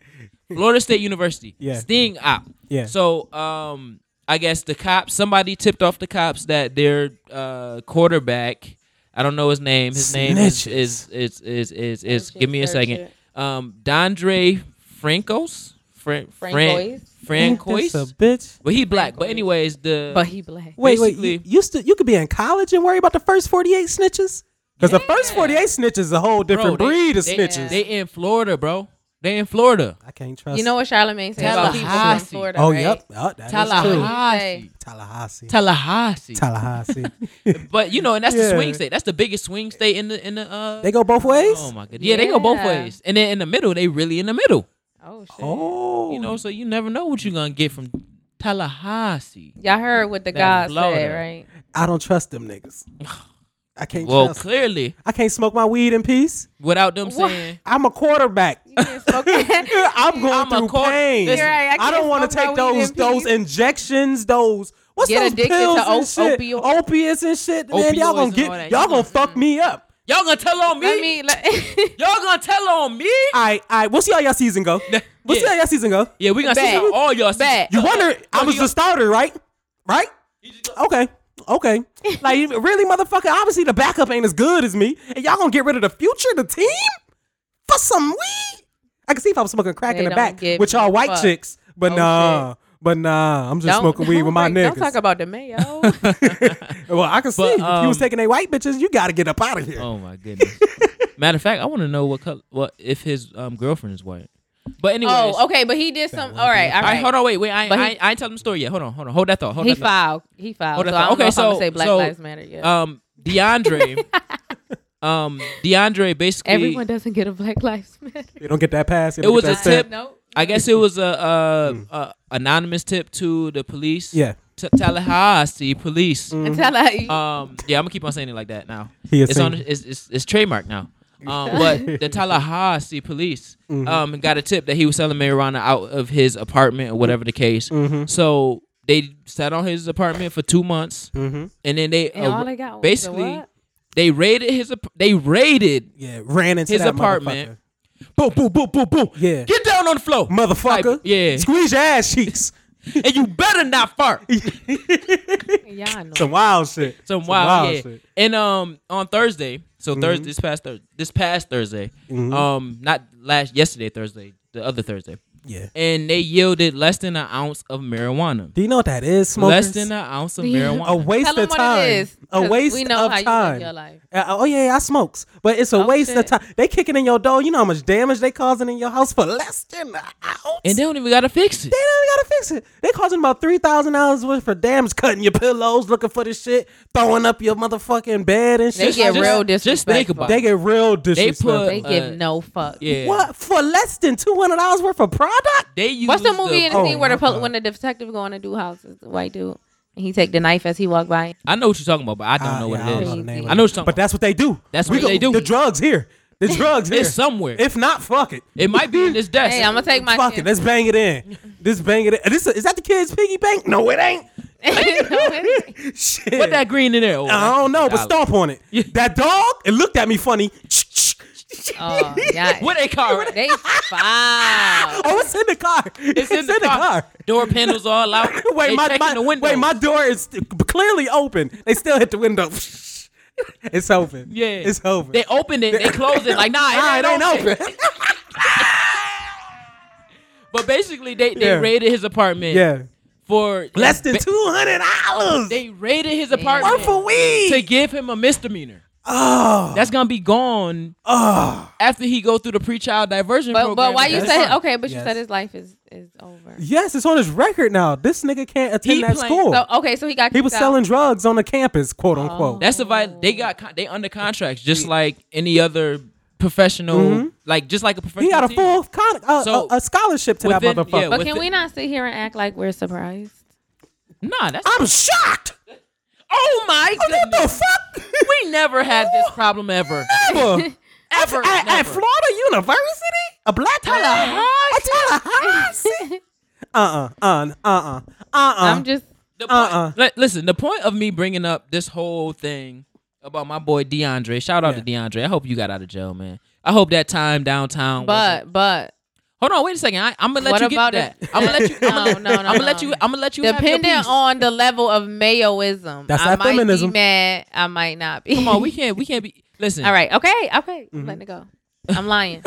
Florida State University.
Yeah.
Sting out.
Yeah.
So, um, I guess the cops, somebody tipped off the cops that their uh, quarterback, I don't know his name. His name is
Snitches.
is is is is, is
Snitches,
give me a
search
second.
it.
Um, Dondre Francos, Fran, Fran,
Francois.
Ain't this
Francois.
a bitch.
But he black. But anyways, the
But he black.
Wait, wait. You,
Basically-
you, st- you could be in college and worry about the first 48 snitches? Because the first 48 snitches is a whole
Bro,
different
they-
breed of
they-
snitches.
They in Florida, bro. They in Florida.
I can't trust
You know what Charlemagne said about people from
Tallahassee.
Florida,
Oh,
right?
yep. Oh, that is true.
Tallahassee.
Tallahassee.
Tallahassee.
Tallahassee.
But you know, and that's the
Yeah.
swing state. That's the biggest swing state in the in the. Uh,
(laughs) they go both ways?
Oh my god. Yeah, they go both
Yeah.
ways, and then in the middle, they really in the middle.
Oh shit.
Oh.
You know, so you never know what you're gonna get from Tallahassee.
Y'all heard what the
That
God
Florida. (laughs)
said, right?
I don't trust them niggas. I can't
Well,
trust.
clearly,
I can't smoke my weed in peace.
without them
What?
saying,
I'm a quarterback.
You can't smoke (laughs) that.
I'm going
I'm a
through
quarter-
pain.
Listen, You're
right, I
I, don't
can't
want to
smoke my
take
weed
those
in
those
peace.
injections. Those what's
Get
those
addicted
pills
to
and
op-
shit?
opioids.
Opiates and shit. Man, y'all
Opioids
gonna
and all
get
that.
y'all gonna fuck me up.
"Y'all gonna tell on me?
I mean, (laughs) like,
Y'all gonna tell on me?"
I I we'll see how y'all season go. We'll see
Yeah.
how y'all season go.
Yeah, we gonna see
Bet.
how all (laughs) y'all. see-
Bet.
You wonder I
he
was
go-
the starter, right? Right? Okay. Okay. like you- really, motherfucker. Obviously, the backup ain't as good as me, and y'all gonna get rid of the future, the team for some weed. I can see if I was smoking crack
They
in the
don't
back
give
with y'all
a
white
fuck.
chicks, but
Oh,
nah, but nah. I'm just
don't-
smoking weed
don't
with my
bring-
niggas.
Don't talk about
(laughs)
the mayo.
well, I can see
But,
if you was
um,
taking they white bitches, you gotta get up out of here. (laughs)
Oh my goodness. Matter of fact, I want to know what color, what if his um, girlfriend is white. But anyways,
Oh, okay, but he did some. All right, all
All right,
right.
hold on, wait, wait. I, ain't-
But he-
I, ain't- I ain't telling the story yet. Hold on, hold on, hold that
Oh,
thought. Hold
He
that thought.
filed. He filed.
Hold
So
that
I
thought.
don't
Okay,
know if I'm
so
gonna say Black
so
Lives Matter yet.
uh,
um
(laughs)
DeAndre, um DeAndre basically.
Everyone doesn't get a Black Lives Matter.
They don't get that pass. they
It
don't
was
get
a
that
tip.
stamp.
No.
I guess it was a, uh a anonymous tip to the police.
Yeah.
T- Tallahassee police.
(laughs) Until I,
Uh,
Um, yeah, I'm gonna keep on saying it like that now.
He is
it's on.
saying-
It's, it's, it's trademark now. Um, but the Tallahassee police um, got a tip that he was selling marijuana out of his apartment or whatever the case. So they sat on his apartment for two months, and then they,
and
uh,
all they got was the
basically
what?
they raided his. ap- They raided.
Yeah, ran into
His
that
apartment. Boom! Boom! Boom! Boom! Boom!
Yeah.
get down on the floor,
Motherfucker.
Like,
Motherfucker.
yeah,
(laughs) Squeeze your ass cheeks.
and you better not fart.
Yeah, I know.
Some wild Mm-hmm. shit.
some wild, yeah. And um, on Thursday, so Thursday, this past Thursday, this past Thursday,
Mm-hmm.
um, not last yesterday Thursday, the other Thursday,
Yeah.
and they yielded less than an ounce of marijuana.
Do you know what that is, smokers? Oh.
Less than an ounce of
Yeah.
marijuana.
a waste
Tell 'em
of
what it
time.
is,
a
'cause
waste
we know
of
how you live
time.
your life.
Uh, oh yeah, yeah, I smokes, but it's a
Oh,
waste of
shit.
time. They kicking in your door. You know how much damage they causing in your house for less than an ounce.
and they don't even gotta fix it.
They don't gotta fix it. They causing about three thousand dollars worth for damage, cutting your pillows, looking for this shit, throwing up your motherfucking bed and shit.
They get
like
real
that.
just
disrespectful.
think about
They get real disrespectful.
put-
They give
Uh,
no fuck.
Yeah.
what for less than two hundred dollars worth of product?
They use
What's the movie in the
Oh,
scene where the
my
pol-
God.
when the detective going to do houses, the white dude, and he take the knife as he walk by?
I know what you're talking about, but I don't
Ah,
know what
yeah, I
it
don't
is.
know the name
Crazy.
of
I know what you're talking
but that's what they do.
That's
We
what they do.
The drugs here.
(laughs)
The drugs here.
It's somewhere.
If not, fuck it.
it might be in this desk.
Hey, I'm gonna take my
Fuck it.
(laughs)
Let's bang
(laughs)
it in. This bang it in. This is that the kids' piggy bank? No, it ain't. (laughs) Shit.
Put that green in there. Oh,
I don't know, but
$50.
stomp on it. That dog, it looked at
(laughs)
me funny.
oh, yeah.
What they call it?
They foul.
(laughs) Oh, it's in the car.
It's in, the, car. Door panels all out.
(laughs) Wait,
They
my,
checking
my-
the windows.
wait, my door is clearly open. They still hit the window. (laughs) it's open.
Yeah,
It's open.
They opened it, they closed it. Like nah, it,
(laughs) Nah,
ain't, open. (laughs) But basically, they, they
Yeah.
raided his apartment.
yeah.
for
Less than
ba-
two hundred dollars.
They raided his
Or
apartment
for weed.
to give him a misdemeanor.
oh,
That's gonna be gone
oh.
after he go through the pre-child diversion
But
program.
but why you
That's
say
fine.
okay? But you
Yes.
said his life is is over.
Yes, it's on his record now. This nigga can't attend
He
that
playing- Oh.
school.
So okay, so he got
he was
kicked out.
selling drugs on the campus, quote unquote.
That's the viol- they got con- they under contracts just like any other professional, like just like a professional.
Mm-hmm. He got a
team.
full con- uh,
So,
a, a scholarship to
within-
that motherfucker.
yeah,
But
with
can
the-
we not sit here and act like we're surprised?
Nah, that's
I'm shocked.
oh my
What the
goodness.
fuck?
(laughs) We never had this problem ever.
Ever.
(laughs) Ever,
at, at
never. Uh-huh.
Florida University? A black Tallahassee? A Tallahassee?
(laughs)
uh-uh, uh, uh-uh, uh-uh.
I'm just
The point,
Uh-uh.
li- listen, the point of me bringing up this whole thing about my boy DeAndre. Shout out to DeAndre. I hope you got out of jail, man. I hope that time downtown. wasn't-
but but
hold on, wait a second. I, I'm gonna let
What
you get
about
that.
if-
I'm gonna let you. I'm
(laughs) no no no.
gonna let you. I'm gonna let you. have your
Depending
piece.
on the level of mayoism,
That's
I
that
might
feminism.
be mad. I might not be.
Come on,
(laughs)
we can't. We can't be. Listen.
All right. Okay. Okay.
Mm-hmm.
I'm letting it go.
(laughs)
I'm lying.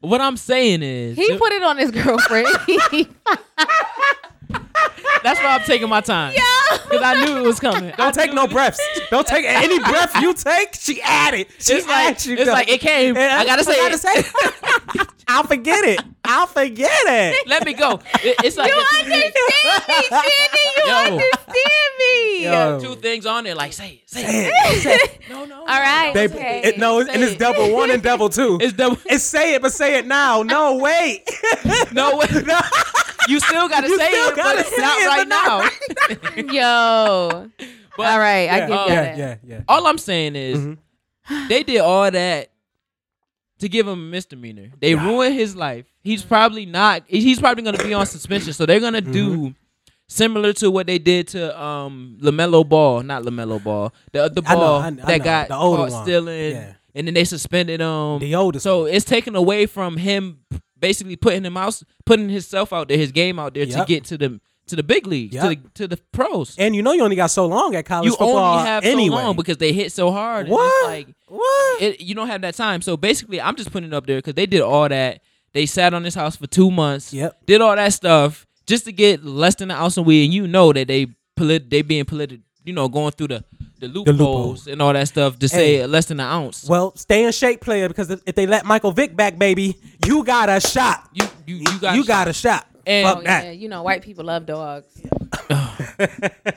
What I'm saying is,
He put it on
(laughs)
his girlfriend.
that's why I'm taking my time. (laughs) Because I knew it was coming. I
Don't take
knew
no
it.
breaths.
(laughs)
Don't take any breath you take. She added. She
It's like,
added you
it's
though.
like it came.
Yeah,
I gotta say, it.
it. (laughs) I'll forget it. I'll forget
(laughs)
it.
let me go. It- it's like
you understand me, Shandy? You
Yo.
understand me?
Yo.
two things on there. Like say it, say it.
Oh. Say it.
(laughs) No, no.
All right.
They,
okay.
it, no, and it's double one and double two.
It's double.
It's say (laughs) it, but say it now. No, wait.
(laughs) No, wait. (laughs) you still gotta
You
say
still
it,
gotta
but it's
say
not
it,
right
but not
now.
(laughs)
Yo.
But
All right. I get
yeah,
that.
yeah, yeah.
All I'm saying is,
Mm-hmm.
they did all that to give him a misdemeanor. They ruined his life. He's probably not. He's probably gonna be on suspension. So they're gonna
Mm-hmm.
do. Similar to what they did to um Lamelo Ball, not Lamelo Ball, the other
I know,
ball
I kn- I
that
know,
got
the older
caught
one.
stealing,
Yeah.
and then they suspended him.
The oldest
So
one.
it's taken away from him, basically putting him out, putting himself out there, his game out there to
Yep.
get to the to the big league, to
Yep.
the to the pros
And you know you only got so long at college
you
football
only have
anyway.
so long because they hit so hard. and
what?
it's like
what?
it, you don't have that time. So basically, I'm just putting it up there because they did all that. They sat on this house for two months.
Yep.
Did all that stuff just to get less than an ounce of weed, and you know that they polit- they being politi- you know, going through the the loopholes,
loopholes.
and all that stuff to say less than an ounce.
Well, stay in shape, player, because if if they let Michael Vick back, baby, you got a shot.
you you you got
you got a shot.
And-
Fuck
Oh,
that.
yeah, you know, white people love dogs. (laughs)
They,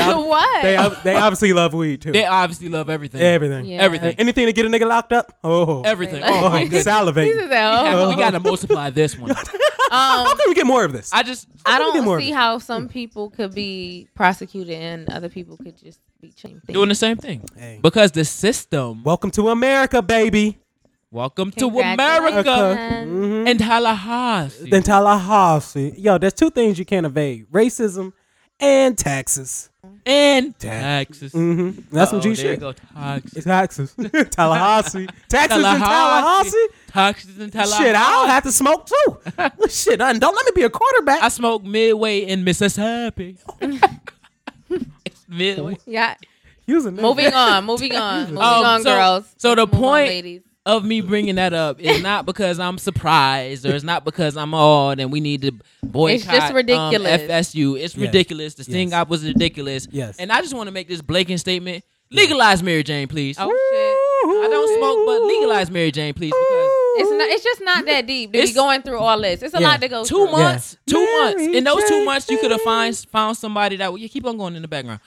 what?
ob- they obviously love weed too.
They obviously love everything.
everything.
Yeah.
Everything.
Anything to get a nigga locked up. Oh,
Everything.
Oh,
Oh, my
(laughs) I'm
goodness.
salivating.
This is at
Yeah,
Oh.
home.
we gotta multiply this
(laughs)
one.
How can we get more of this?
um, I
(laughs)
just
I
Let me get more
Um, don't
of
see
it.
how some people could be prosecuted and other people could just be changed.
doing the same thing
Hey.
because the system.
Welcome to America, baby.
Welcome to America
Mm-hmm.
and Tallahassee.
Then Tallahassee. Yo, there's two things you can't evade: racism and taxes.
and Texas.
Mm-hmm. That's some
Oh,
G
there you
shit.
go. Texas.
It's taxes. (laughs) Tallahassee. Taxes in
Tallahassee.
Tallahassee.
Texas and Tallahassee.
Shit, I'll have to
(laughs)
smoke too. Shit, I don't let me be a quarterback.
I smoke midway in
(laughs)
Mississippi. (laughs) It's midway.
Yeah.
Using that.
Moving on. Moving
(laughs)
on. Moving
Um,
on,
so-
girls.
so the
Move on,
point-
ladies.
Of me bringing that up is not because I'm surprised or it's not because I'm odd and we need to boycott.
It's just
um,
ridiculous.
FSU. It's ridiculous. The sting
Yes.
up was ridiculous.
Yes.
And I just want to make this blatant statement: legalize Mary Jane, please.
Oh shit.
I don't smoke, but legalize Mary Jane, please, because.
It's not. It's just not that deep. To be
It's-
going through all this, it's a
Yeah.
lot to go.
two
through.
months, two
Mary
months. In those two
Jane.
months, you could have find found somebody that would you keep on going in the background.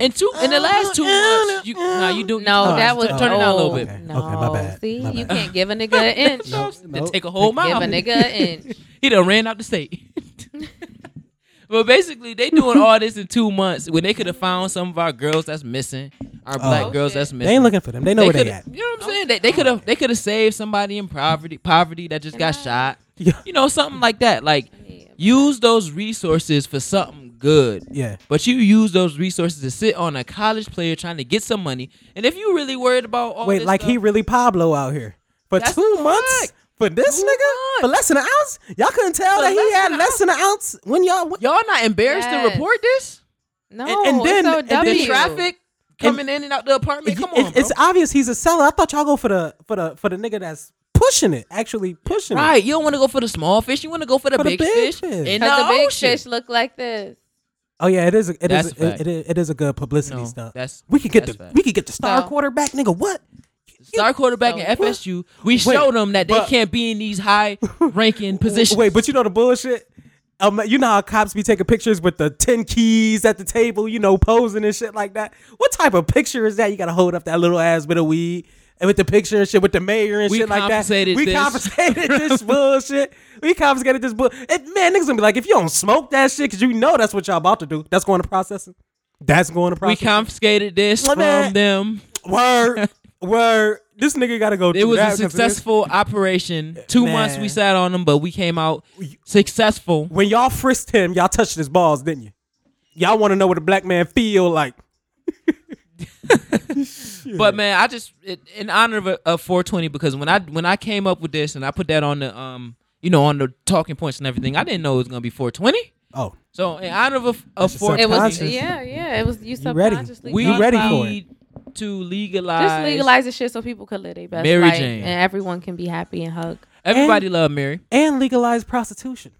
In two, in the last two months, you now you do
No,
you-
that was
turn it down a little
oh,
bit.
Okay,
No,
okay, my bad,
see,
my
you
bad.
can't give a
(laughs)
nigga an inch.
They
nope.
take a whole
Give
mile.
a nigga an inch.
(laughs)
(laughs) He done ran out the state. (laughs) but basically, they doing all this in two months when they could have found some of our girls that's missing, our black
Oh,
girls
shit.
that's missing.
They ain't looking for them. They know where they
coulda-
at.
You know what I'm saying? They, they could have they could have saved somebody in poverty poverty that just got shot.
Yeah.
You know, something like that. Like use those resources for something good.
Yeah.
But you use those resources to sit on a college player trying to get some money. And if you really worried about all
Wait,
this
like
stuff,
he really Pablo out here for
That's
two
the
months
fact.
for this nigga for less than an ounce. Y'all couldn't tell
For
that he
less
had
than an
less than an ounce when y'all. Went.
y'all not embarrassed to
Yes.
report this?
No,
and then-
it's
and then
The
OW.
traffic coming in and out the apartment. Come on,
It's- it's obvious he's a seller. I thought y'all go for the for the for the nigga that's pushing it, actually pushing
bro. Right, you don't want to go for the small fish. You want to go for the
For the
big,
big
fish.
fish.
In the,
Cause the big
ocean.
fish look like this.
it. Oh yeah, it is. A, it is.
That's
A,
a fact.
it, is it is a good publicity
No,
stunt.
that's-
we could get
that's
the
fact.
we could get the star
So-
quarterback nigga. What?
star quarterback in FSU, we showed them that they
but-
can't be in these high (laughs) ranking positions.
Wait, but you know the bullshit. Um, you know how cops be taking pictures with the ten keys at the table, you know, posing and shit like that. What type of picture is that? You gotta hold up that little ass bit of weed and with the picture and shit with the mayor and
We
shit like that.
confiscated
We
this. (laughs)
confiscated this bullshit. We confiscated this bullshit. Man, niggas gonna be like, if you don't smoke that shit, cause you know that's what y'all about to do. That's going to processing. That's going to
we
processing.
confiscated this
My
from
bad.
them. (laughs)
word, word. This nigga gotta go.
It
through
was
that
a
'cause this-
successful operation. Two
Man.
months we sat on them, but we came out successful.
When y'all frisked him, y'all touched his balls, didn't you? Y'all want to know what a black man feel like?
But man, I just it, in honor of, of 420 because when I when I came up with this and I put that on the um you know on the talking points and everything, I didn't know it was gonna be 420.
Oh,
So in honor of of
It
It
420,
was.
Conscious.
Yeah, yeah. It was. You
ready.
subconsciously.
we
thought
ready
about-
for it.
need to legalize.
Just legalize the shit so people could live their best
Mary
life
Jane.
and everyone can be happy and hug.
Everybody love Mary.
and legalize prostitution.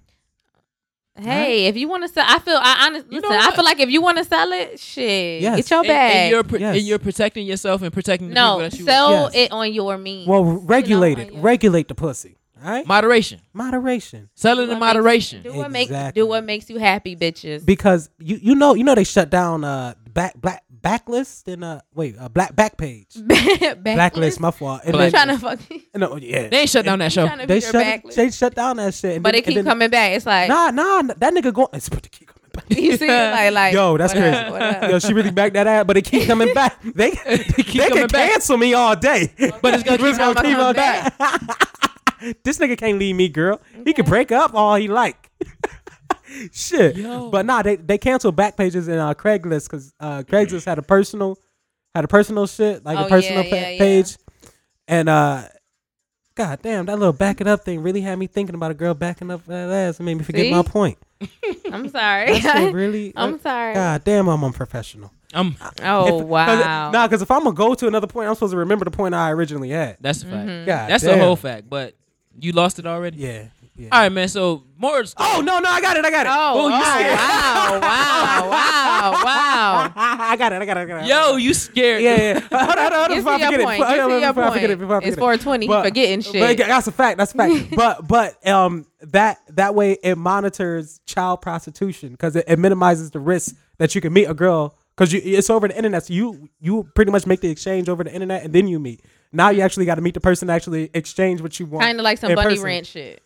Hey, if you want to sell, I feel I honestly
You know
listen. I
what?
feel like if you want to sell it, shit,
Yes.
get your
And- And,
bag.
you're pr-
Yes.
and you're protecting yourself and protecting the people
no,
that you
sell
Yes.
it on your means.
Well, regulate
on
it.
you.
Regulate the pussy. All right,
moderation.
moderation.
Selling in
What makes-
moderation.
Do what make
Exactly.
do what makes you happy, bitches. (laughs)
Because you you know you know they shut down uh back black backlist and uh wait uh, black back page
Back-
blacklist my fault. And
Black-
I'm trying to (laughs) fucking
no yeah
They ain't shut down that show. (laughs)
trying to
they
be your
shut
backlist.
they shut down that shit. and
but
then-
it keep
and then-
coming back. It's like
Nah nah nah, that nigga going. It's but it keep coming back.
(laughs) you see, like like
Yo, that's
what up,
crazy.
what up?
Yo, she really backed that ass, but it keep coming
(laughs)
back. They, they,
coming
can
back.
cancel me all day, but it's gonna keep,
I'ma come
on back. (laughs) this nigga can't leave me, girl. He can break up all he like. (laughs) Shit,
Yo.
but nah, they they canceled back pages and uh, Craigslist because uh, Craigslist had a personal had a personal shit like
Oh,
a
yeah,
personal pa-
yeah, yeah.
page, and uh. God damn, that little back it up thing really had me thinking about a girl backing up that ass and made me forget
See?
my point.
(laughs) I'm
That shit
sorry.
really.
(laughs) I'm sorry.
God damn, I'm unprofessional.
Um,
Oh
Cause,
wow.
Nah, because if I'm gonna go to another point, I'm supposed to remember the point I originally had.
Mm-hmm.
that's a fact.
God,
That's a
damn.
whole fact. But you lost it already.
Yeah,
All right, man. So more.
Uh, Oh no, no, I got it, I got it.
Oh, oh, wow, wow, wow, wow.
(laughs) I got it, I got it, I got it.
yo, you scared?
Yeah, yeah. (laughs) Hold on, hold on, hold on. before I
Get to your
forget it,
point.
before-
Get
hold
to
on,
your
before I forget it,
point.
before I
It's
forget it.
420,
But-
forgetting
but
shit.
That's a fact. That's a
(laughs)
fact. but but um that that way it monitors child prostitution because it, it minimizes the risk that you can meet a girl because you it's over the internet. So you you pretty much make the exchange over the internet and then you meet. Now you actually got to meet the person to actually exchange what you want.
Kind of like some
in
bunny
person.
ranch shit.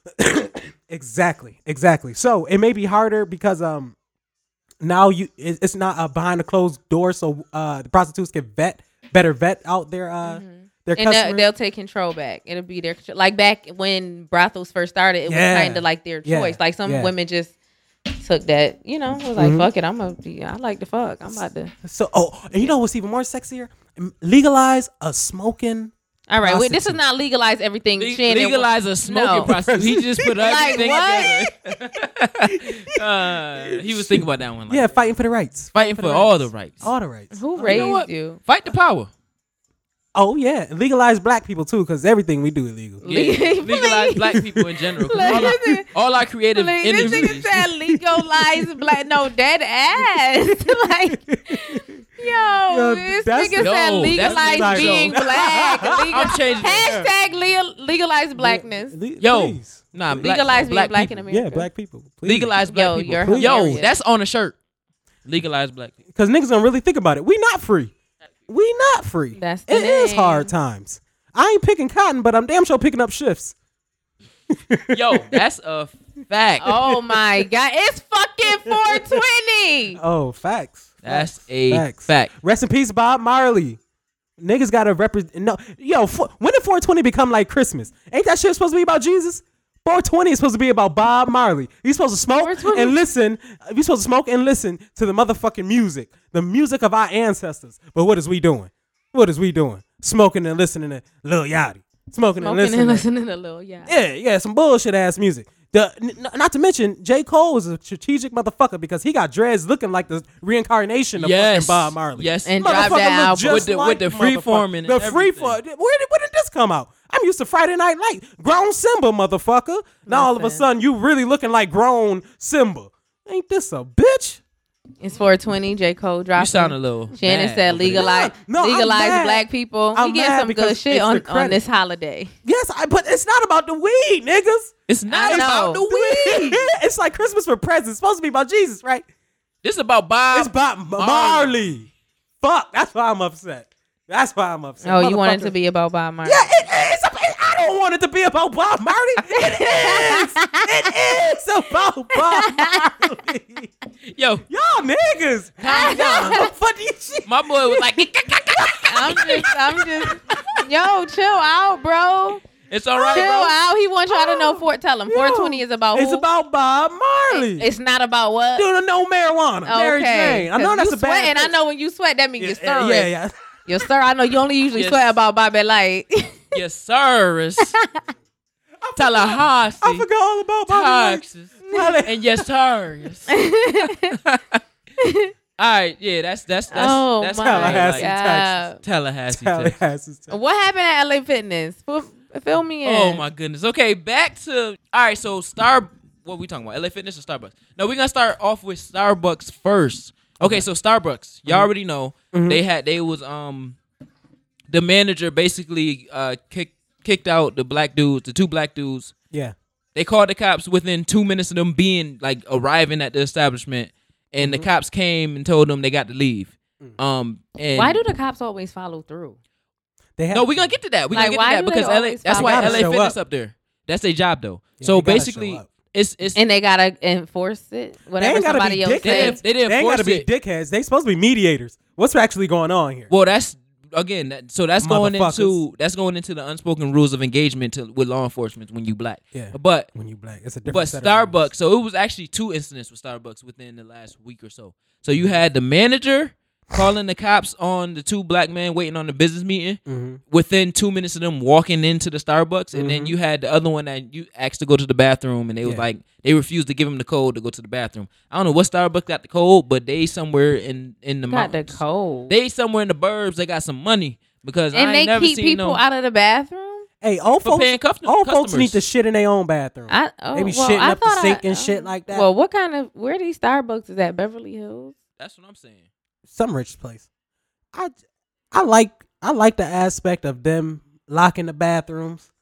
Exactly, exactly. So it may be harder because um now you it- it's not uh, behind a closed door, so uh the prostitutes can vet better vet out their uh their
Mm-hmm. And they'll,
customers.
they'll take control back. It'll be their control. Like back when brothels first started, it
Yeah.
was kind of like their
Yeah.
choice. Like some
Yeah. Mm-hmm.
women just took that, you know, was like, fuck it. I'm a, I like the fuck. I'm about to.
so oh, and you know what's even more sexier? M- Legalize a smoking.
All right. Wait, this is
Prostitute.
not legalize everything.
Le-
Shannon.
legalize a smoking
No.
prostitute. He just
(laughs)
put everything
what?
together. (laughs) uh, he was thinking about that one. Like,
Yeah, fighting for the rights,
fighting for
the
all the rights.
all the rights.
Who
You know
raised
what?
you?
Fight the power.
Oh yeah, And legalize black people too, because everything we do illegal.
Yeah. (laughs) Legalize black people in general. 'cause
Like,
all,
(laughs)
our,
listen.
all our creative
Like, this nigga
industries.
said legalize black. No, dead ass. (laughs) like,
(laughs)
yo, this
that's-
nigga
No,
said
that's
legalize
not- (laughs)
being black. Legal,
I'm changing it.
(laughs) hashtag le- legalize blackness.
Le-
Yo,
please.
nah, black,
legalize being
black
black
people.
in America.
yeah, black people. Please.
Legalize black
Yo,
people.
you're
Yo,
hilarious.
that's on a shirt. Legalize black people.
because niggas don't really think about it. We not free. We not free.
That's the
it is
thing.
hard times. I ain't picking cotton, but I'm damn sure picking up shifts.
Yo, that's a fact.
Oh my god, it's fucking
(laughs)
420.
Oh, facts.
That's
Facts.
a
Facts.
fact.
Rest in peace, Bob Marley. Niggas gotta represent. No, yo, four, when did 420 become like Christmas? Ain't that shit supposed to be about Jesus? 420 is supposed to be about Bob Marley. You supposed to smoke
420.
and listen. You supposed to smoke and listen to the motherfucking music, the music of our ancestors. But what is we doing? What is we doing? Smoking and listening to Lil Yachty. Smoking, and
Smoking
listening.
and
to-
listening to Lil, yeah.
Yeah, yeah, some bullshit ass music. The, n- n- not to mention, J. Cole is a strategic motherfucker because he got dreads looking like the reincarnation of
Yes.
fucking Bob Marley.
Yes.
And
Motherfucker
dropped
look
that album.
just
With the- with
like
the freeform
motherfucker.
and
the free
everything.
form. Where did, where did this come out? I'm used to Friday Night Light, grown Simba, motherfucker. Now all of a
Listen.
sudden you really looking like grown Simba. Ain't this a bitch?
It's 420. J. Cole dropped.
You sound a little.
Shannon
mad
said
over there.
legalize
No, no, I'm mad.
legalize black people.
I'm
we get
mad
some
because
good shit
it's the
on, on
credit.
this holiday.
Yes, I, but it's not about the weed, niggas.
It's not
I
about the
know.
weed.
it's like Christmas for presents. It's supposed to be about Jesus, right?
This about Bob.
It's Bob Marley. Fuck, that's why I'm upset. That's why I'm upset.
Oh, you want it to
Motherfucker.
be about Bob Marley?
Yeah, it is. ab- I don't want it to be about Bob Marley. It is. it is about Bob Marley.
Yo,
Y'all niggas.
Calm down.
Fuck these shit.
my boy was like, (laughs)
I'm just, I'm just, yo, chill out, bro.
it's all right,
Chill
bro.
(laughs) out. He wants y'all to know. Four, tell him.
Yo,
420 is about who?
It's about Bob Marley.
It's not about what.
doing no marijuana. Mary
Okay.
Jane. I know
'Cause
that's
you
a bad.
sweat, And I
bitch.
know when you sweat, that means you're
Yeah,
stirring.
yeah, yeah.
You're stir. I know you only usually
Yes.
sweat about
(laughs)
Bobby Light.
Yes, sir. Tallahassee.
I forgot all about Bob
Texas.
Marley.
and yes, sir. All right, yeah, that's that's that's
(laughs) oh
that's
my
Tallahassee,
Like,
god.
Tallahassee, Texas.
Tallahassee's
What happened at LA Fitness? Fill- Fill me in.
Oh my goodness. Okay, back to all right. So Star, what we talking about? LA Fitness or Starbucks? No, we're gonna start off with Starbucks first. Okay, Mm-hmm. so Starbucks, you all already know they had they was um the manager basically uh kicked kicked out the black dudes, the two black dudes.
Yeah.
They called the cops within two minutes of them being like arriving at the establishment, and
Mm-hmm.
the cops came and told them they got to leave.
Mm.
Um, and
Why do the cops always follow through?
They have
No, we're gonna get to that. We're
Like,
gonna
why
get to
do
that because
they
LA,
always
that's
follow
why
up?
LA
Gotta show
Fitness
up.
up there. That's their job though.
Yeah,
so
they gotta show
basically,
up.
it's it's
And they gotta enforce it. Whatever
ain't gotta
somebody
be
else
dickheads.
they
says.
didn't, they didn't
they ain't
force
gotta be
it.
dickheads. They supposed to be mediators. What's actually going on here?
well, that's again. That, so that's going
Motherfuckers.
into that's going into the unspoken rules of engagement to, with law enforcement when you black.
Yeah.
But
when you black, it's a different.
but
set of rules.
Starbucks. So it was actually two incidents with Starbucks within the last week or so. So you had the manager calling the cops on the two black men waiting on the business meeting
Mm-hmm.
within two minutes of them walking into the Starbucks, and then you had the other one that you asked to go to the bathroom, and they was
Yeah.
like they refused to give him the code to go to the bathroom. I don't know what Starbucks got the code, but they somewhere in in the
Got the
mountains.
cold.
They somewhere in the burbs. They got some money because I
and
ain't
they
never
keep
seen
people
no.
out of the bathroom.
Hey, old
For
folks,
paying cust-
old folks need
customers.
to shit in their own bathroom.
I oh,
They be
well,
shitting
I
up the
thought
sink
I- uh,
and shit like that.
Well, what kind of where these Starbucks is at? Beverly Hills.
That's what I'm saying.
Some rich place. I, I like I like the aspect of them locking the bathrooms,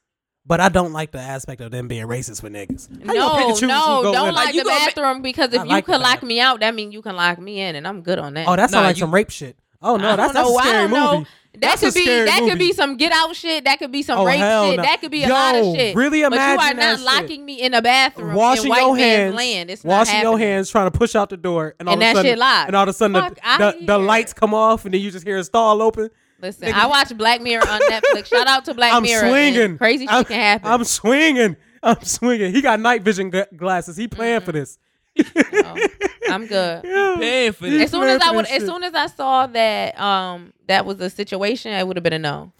but I don't like the aspect of them being racist with niggas. How you gonna pick and
No,
choose who
no,
go in?
don't like
you
the
gonna ma-
bathroom because if
I
you
like the
can lock
bathroom.
me out, that means you can lock me in, and I'm good on that.
Oh, that sounds
Nah,
like
you-
some rape shit. Oh
I
no, that's
don't
that's
know.
a
I
scary
don't know.
movie.
That
That's a
could be
scary
that could
movie.
be some get out shit. That could be some
Oh,
rape
hell
shit.
no.
That could be a lot
Yo,
of shit.
really imagine
but you
that
are not
shit.
locking me in a bathroom in
washing
white
your
man's
hands,
land. It's
washing
not
your
happening.
hands, trying to push out the door, and all
And
of a
that
sudden,
shit locked.
and all of a sudden,
Fuck
the,
outta
the, the
here.
lights come off, and then you just hear a stall open.
Listen, I watch Black Mirror on Netflix. Shout out to Black
I'm
Mirror. and
swinging,
Crazy shit
I'm,
can happen.
I'm swinging, I'm swinging. He got night vision gla- glasses. He playing
Mm-hmm.
for this.
Oh,
(laughs)
I'm good.
Paying for
As
this.
soon as I
laughing
would,
and
as
shit.
soon as I saw that um that was a situation, it would have been a no.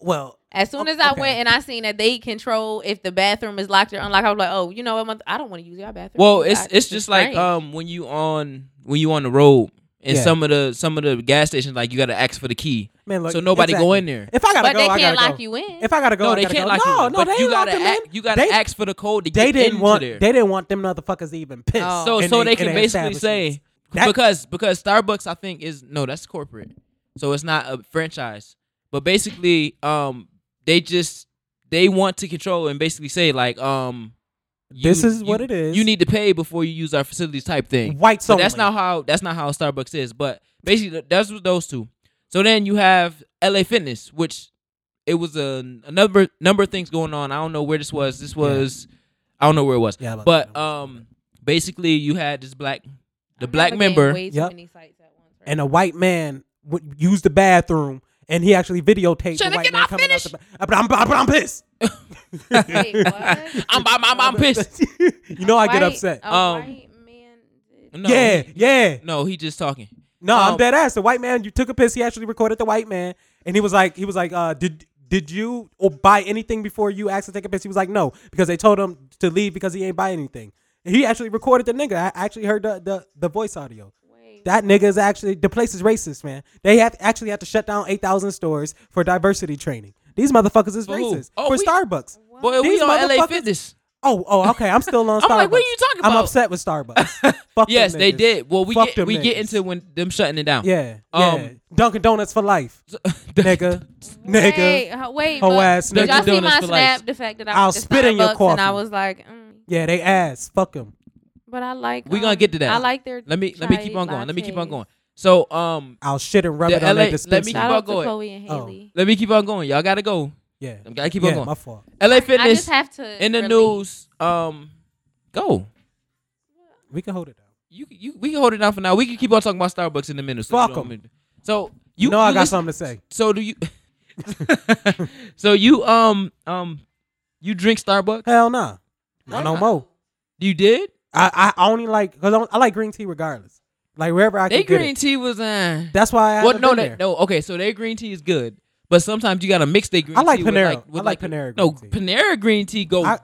Well,
As soon
O-
as I
Oh, okay.
went and I seen that they control if the bathroom is locked or unlocked, I was like, oh, you know what? mother- I don't want to use your bathroom.
Well, it's
I-
it's just like
strange.
um when you on when you on the road and
Yeah.
some of the some of the gas stations like you gotta ask for the key.
man, look,
so nobody go
exactly.
in there.
If I gotta
but
go,
they
I
can't
gotta
lock
go.
you in.
If I gotta go,
no,
I
they
gotta
can't
go.
lock you.
no,
in,
no,
but
they
you
ain't locked
gotta
them
ask,
in.
you gotta
They-
ask for the code to
They
get
didn't
into
want.
there.
They didn't want them motherfuckers even pissed.
Oh.
so
in
so
the-
they
in
can
the
basically say
establishments. That-
because because Starbucks I think is no that's corporate, so it's not a franchise. But basically, um, they just they want to control and basically say like um, you-
This is what
you-
it is.
You need to pay before you use our facilities type thing.
Whites
So that's
only.
not how that's not how Starbucks is. But basically, th- that's what those two. So then you have LA Fitness, which it was a, a number number of things going on. I don't know where this was. This was I don't know where it was.
Yeah, I'm about to
but
know where
um, basically you had this black the
I'm
black
navigating
member. (laughs)
way too
Yep.
many sites at once right
and a white man would use the bathroom and he actually videotaped the
Should've
white
get
man
off
coming out
finish.
the ba- uh, but I'm but I'm pissed.
now.
(laughs)
Wait, what?
I'm, I'm, I'm, I'm pissed.
you know I get
White-
upset.
a
Um,
white man did-
No,
(laughs) yeah,
he-
yeah.
No, he just talking.
No, I'm
Um,
dead ass. The white man, you took a piss. He actually recorded the white man, and he was like, he was like, uh, did did you or buy anything before you asked to take a piss? He was like, no, because they told him to leave because he ain't buy anything. And he actually recorded the nigga. I I actually heard the the, the voice audio.
Wait,
That nigga is actually the place is racist, man. They have actually had to shut down eight thousand stores for diversity training. These motherfuckers is
For who?
racist
Oh,
for
we-
Starbucks.
Boy, we
These
on LA
motherfuckers-
Fitness.
Oh, oh, okay. I'm still on.
(laughs)
Starbucks.
I'm like, what are you talking
I'm
about?
upset with
(laughs)
Starbucks. Fuck them
Yes, they
niggas.
did. Well, we
Fuck
get
them
we get
niggas.
into when them shutting it (laughs) down.
Yeah, yeah.
Um,
Dunkin' Donuts for life,
(laughs)
nigga, nigga.
wait, huh, wait.
Hoe
but
ass
did
nigga.
y'all see
Doing this
my
for
snap?
life.
The fact that I
I'll
went to
spit in your
Starbucks and I
coffee.
was like, mm,
Yeah, they ass. Fuck them.
but I like.
We gonna
um,
get to that.
I like their.
Let me let me
chai
keep on going. Let me keep on
lattes.
going. So um,
I'll shit and rub
The
it on
LA
their dispensary.
Keep
Shout
on
out to
going.
Chloe and
Oh.
Haley.
let me keep on going. Y'all gotta go.
yeah,
Gotta keep
yeah,
on going.
My fault.
LA
I just
Fitness
have to.
in the
relate.
news. Um, go.
We can hold it down.
You you we can hold it down for now. We can keep on talking about Starbucks in a minute. So you
Fuck
don't
'em.
mind. So
You
you
know I
you
got
listen-
something to say.
So do you? (laughs) so you um um you drink Starbucks?
Hell nah, not no more.
You did?
I I only like cause I, I like green tea regardless. Like wherever I can
They
get
green
it.
tea was uh.
That's why I
Well,
well,
no,
been
they,
there.
no. Okay, so their green tea is good, but sometimes you gotta mix their green.
I like
tea With
Panera.
like, with
I like Panera
No,
green tea.
Panera green tea go
I,
down.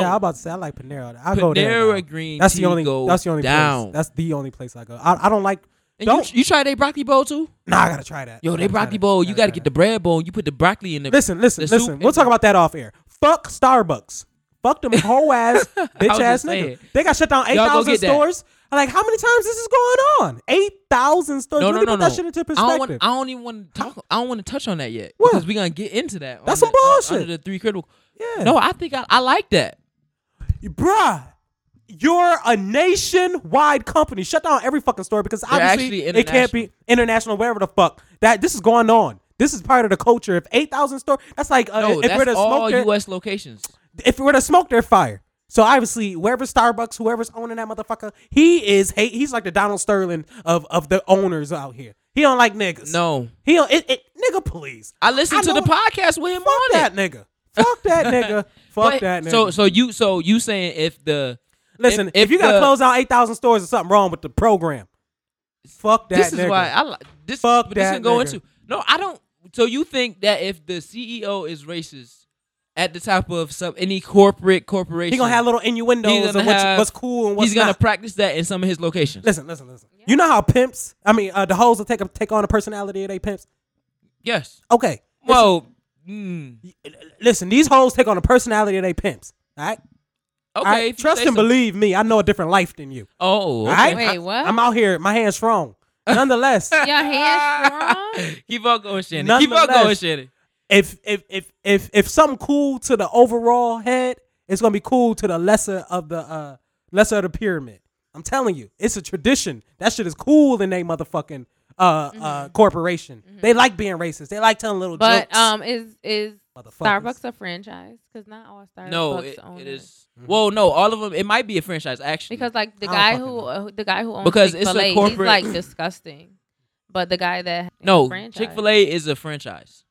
Yeah, I'm about to say I like Panera. I go there.
Panera
now.
green
That's
tea
the only.
go
That's the only.
down.
Place. That's the only place I go. I, I don't like.
And
don't.
you, you try their broccoli bowl too?
nah, I gotta try that.
Yo, they
Gotta try
broccoli
that.
bowl. You
Gotta
gotta
try
get
that.
the bread bowl. and You put the broccoli in the.
Listen, listen,
the soup
listen.
in
We'll
the-
talk about that off air. Fuck Starbucks.
(laughs)
Fuck them whole ass bitch ass
just
niggas.
saying.
They got shut down eight
Y'all go
thousand
get that.
stores. I'm like, how many times this is going on? Eight thousand stores.
No,
You
no,
need to
no,
put
no.
That shit into
I don't
perspective.
want. I don't even want to talk. I don't want to touch on that yet
What?
because we gonna get into that.
That's
on
some
the- on-
bullshit.
Under the three critical.
yeah.
No, I think I, I like that.
bruh. You're a nationwide company. Shut down every fucking store because
actually
obviously it can't be international. Wherever the fuck that this is going on. This is part of the culture. If eight thousand store, that's like uh,
No,
if we're to
that's
smoke
all
their-
U.S. locations.
if it were to smoke, they're fire. So obviously, wherever Starbucks, whoever's owning that motherfucker, he is hate. He's like the Donald Sterling of of the owners out here. He don't like niggas.
No.
he don't. It, it nigga, please.
I listened to
know-
the podcast with him
Fuck
on
that
it.
nigga.
(laughs)
Fuck that nigga. Fuck
But-
that nigga.
So so you so you saying if the
listen, if,
if
you gotta
the-
close out eight thousand stores, or something wrong with the program. Fuck that.
this
nigga.
is why I like this
Fuck
but this
that
can go
nigga.
into no I don't so you think that if the CEO is racist at the top of some any corporate corporation
he gonna have little
he's
innuendos
gonna
of what's,
have-
what's cool and what's
he's gonna
not.
practice that in some of his locations
listen, listen, listen. You know how pimps? I mean, uh, the hoes will take take on the personality of they pimps.
yes
Okay.
well Mm.
Listen, these hoes take on the personality of they pimps. All right.
Okay,
I
if you
trust
say
and
so.
believe me. I know a different life than you.
Oh,
All
okay.
right.
Wait,
I-
what?
I'm out here. My
(laughs)
hands strong. Nonetheless,
(laughs) Your hands strong?
Keep on going, Shannon. Keep on going,
Nonetheless-
Shannon.
if if if if if something cool to the overall head, it's gonna be cool to the lesser of the uh lesser of the pyramid. I'm telling you, it's a tradition. That shit is cool in they motherfucking uh uh corporation. They like being racist. They like telling little
Mm-hmm. But
jokes.
um, is is
Motherfuckers.
Starbucks a franchise? Because not all Starbucks
No, it,
own
it is.
Mm-hmm.
Well, no, all of them. It might be a franchise actually.
because like the
I don't
guy
fucking
who
know.
uh, the guy who owns
Because it's a
Chick-fil-A,
corporate-
he's like disgusting. But the guy that has a
no,
franchise-
Chick Fil A is a franchise,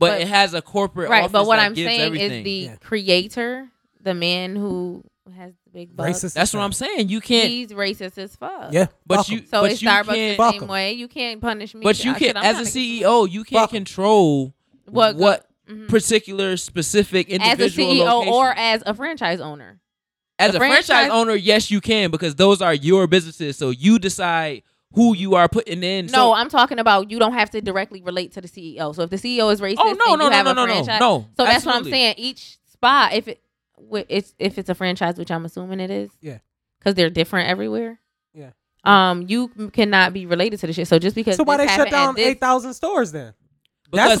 but, it has a corporate
right.
Office
But what
that
I'm
gives
saying
everything.
is the
Yeah.
creator, the man who has the big bucks,
racist.
That's what I'm saying. You can't.
he's racist as fuck.
Yeah,
But
fuck
you-
'em.
So
But
it's Starbucks
can't-
the
Fuck
same
'em.
way. You can't punish me.
But you
I said
can't,
I'm
as
not
a E CEO, you can't
Fuck 'em.
control
What-
what,
Mhm.
particular specific
as a
individual
CEO
location.
or as a franchise owner.
as
the
a franchise,
franchise-
owner, yes, you can because those are your businesses. So you decide who you are putting in.
No,
so,
I'm talking about you don't have to directly relate to the CEO. So if the CEO is racist,
Oh, no,
and
no,
you
no,
have
no,
a
no, no,
franchise,
no.
So that's what I'm
Absolutely.
saying. Each spot, if it wi- it's if it's a franchise, which I'm assuming it is,
Yeah.
because they're different everywhere.
Yeah.
Um, you m- cannot be related to the shit. So just because
So why they
this
shut
happened at
down
this-
eight thousand stores then? That's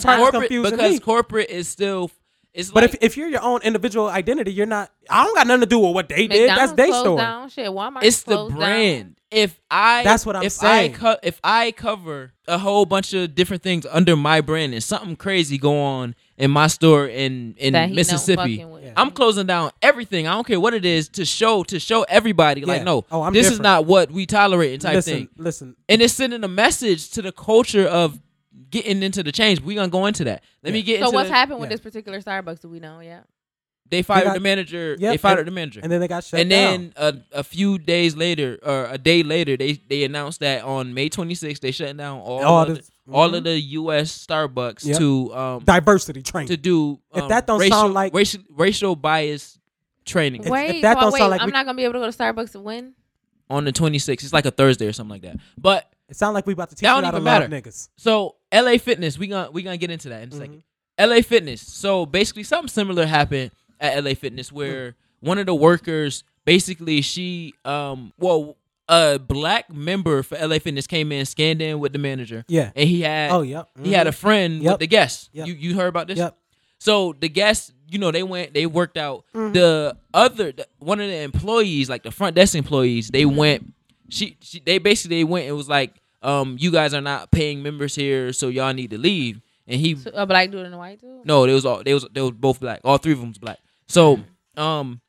because
the part that's
corporate
confusing
because
me.
corporate is still. It's
But
like,
if, if you're your own individual identity, you're not. I don't got nothing to do with what they did. That's
McDonald's
their
closed
story.
Down, shit, Walmart
it's the
closed down.
brand. If I
That's what I'm
if
saying.
I co- if I cover a whole bunch of different things under my brand and something crazy go on in my store in in
That he don't
Mississippi,
fucking with.
Yeah.
I'm closing down everything. I don't care what it is to show to show everybody like
Yeah.
no,
Oh, I'm
this is
different.
not what we tolerate and type
listen,
thing.
listen.
and it's sending a message to the culture of getting into the change. We're gonna go into that. Let me get
So
into
what's
the-
happened with
yeah.
this particular Starbucks? Do we know? Yeah.
They fired
got-
the manager.
Yep,
they fired
and-
the manager.
And then they got shut
And
down.
then a, a few days later, or a day later, they, they announced that on May 26th they shut down all
All
of the,
this-
all of the U.S. Starbucks
Yep.
to um
diversity training.
to do
If
um,
that don't
racial,
sound like-
racial racial bias training
If- if
wait,
that
so I-
don't
wait,
sound like
I'm
we-
not gonna be able to go to Starbucks when.
on the 26th. It's like a Thursday or something like that. But
It sounds like we about to teach you
That
how
don't
to
even
love
matter.
niggas.
So LA Fitness, we gonna we gonna get into that in a
Mm-hmm.
second. LA Fitness. So basically, something similar happened at LA Fitness where one of the workers basically she um well a black member for LA Fitness came in scanned in with the manager.
Yeah.
and he had
Oh, yep.
he had a
Mhm.
friend
Yep.
with the guest.
Yep.
You you heard about this?
Yep.
So the guests, you know, they went, they worked out. The other, the, one of the employees, like the front desk employees, they went. She, she, they basically went and was like, um, "You guys are not paying members here, so y'all need to leave." And he,
So a black dude and a white dude.
no, they was all, they was, they was both black. All three of them was black. So,
Mm.
um,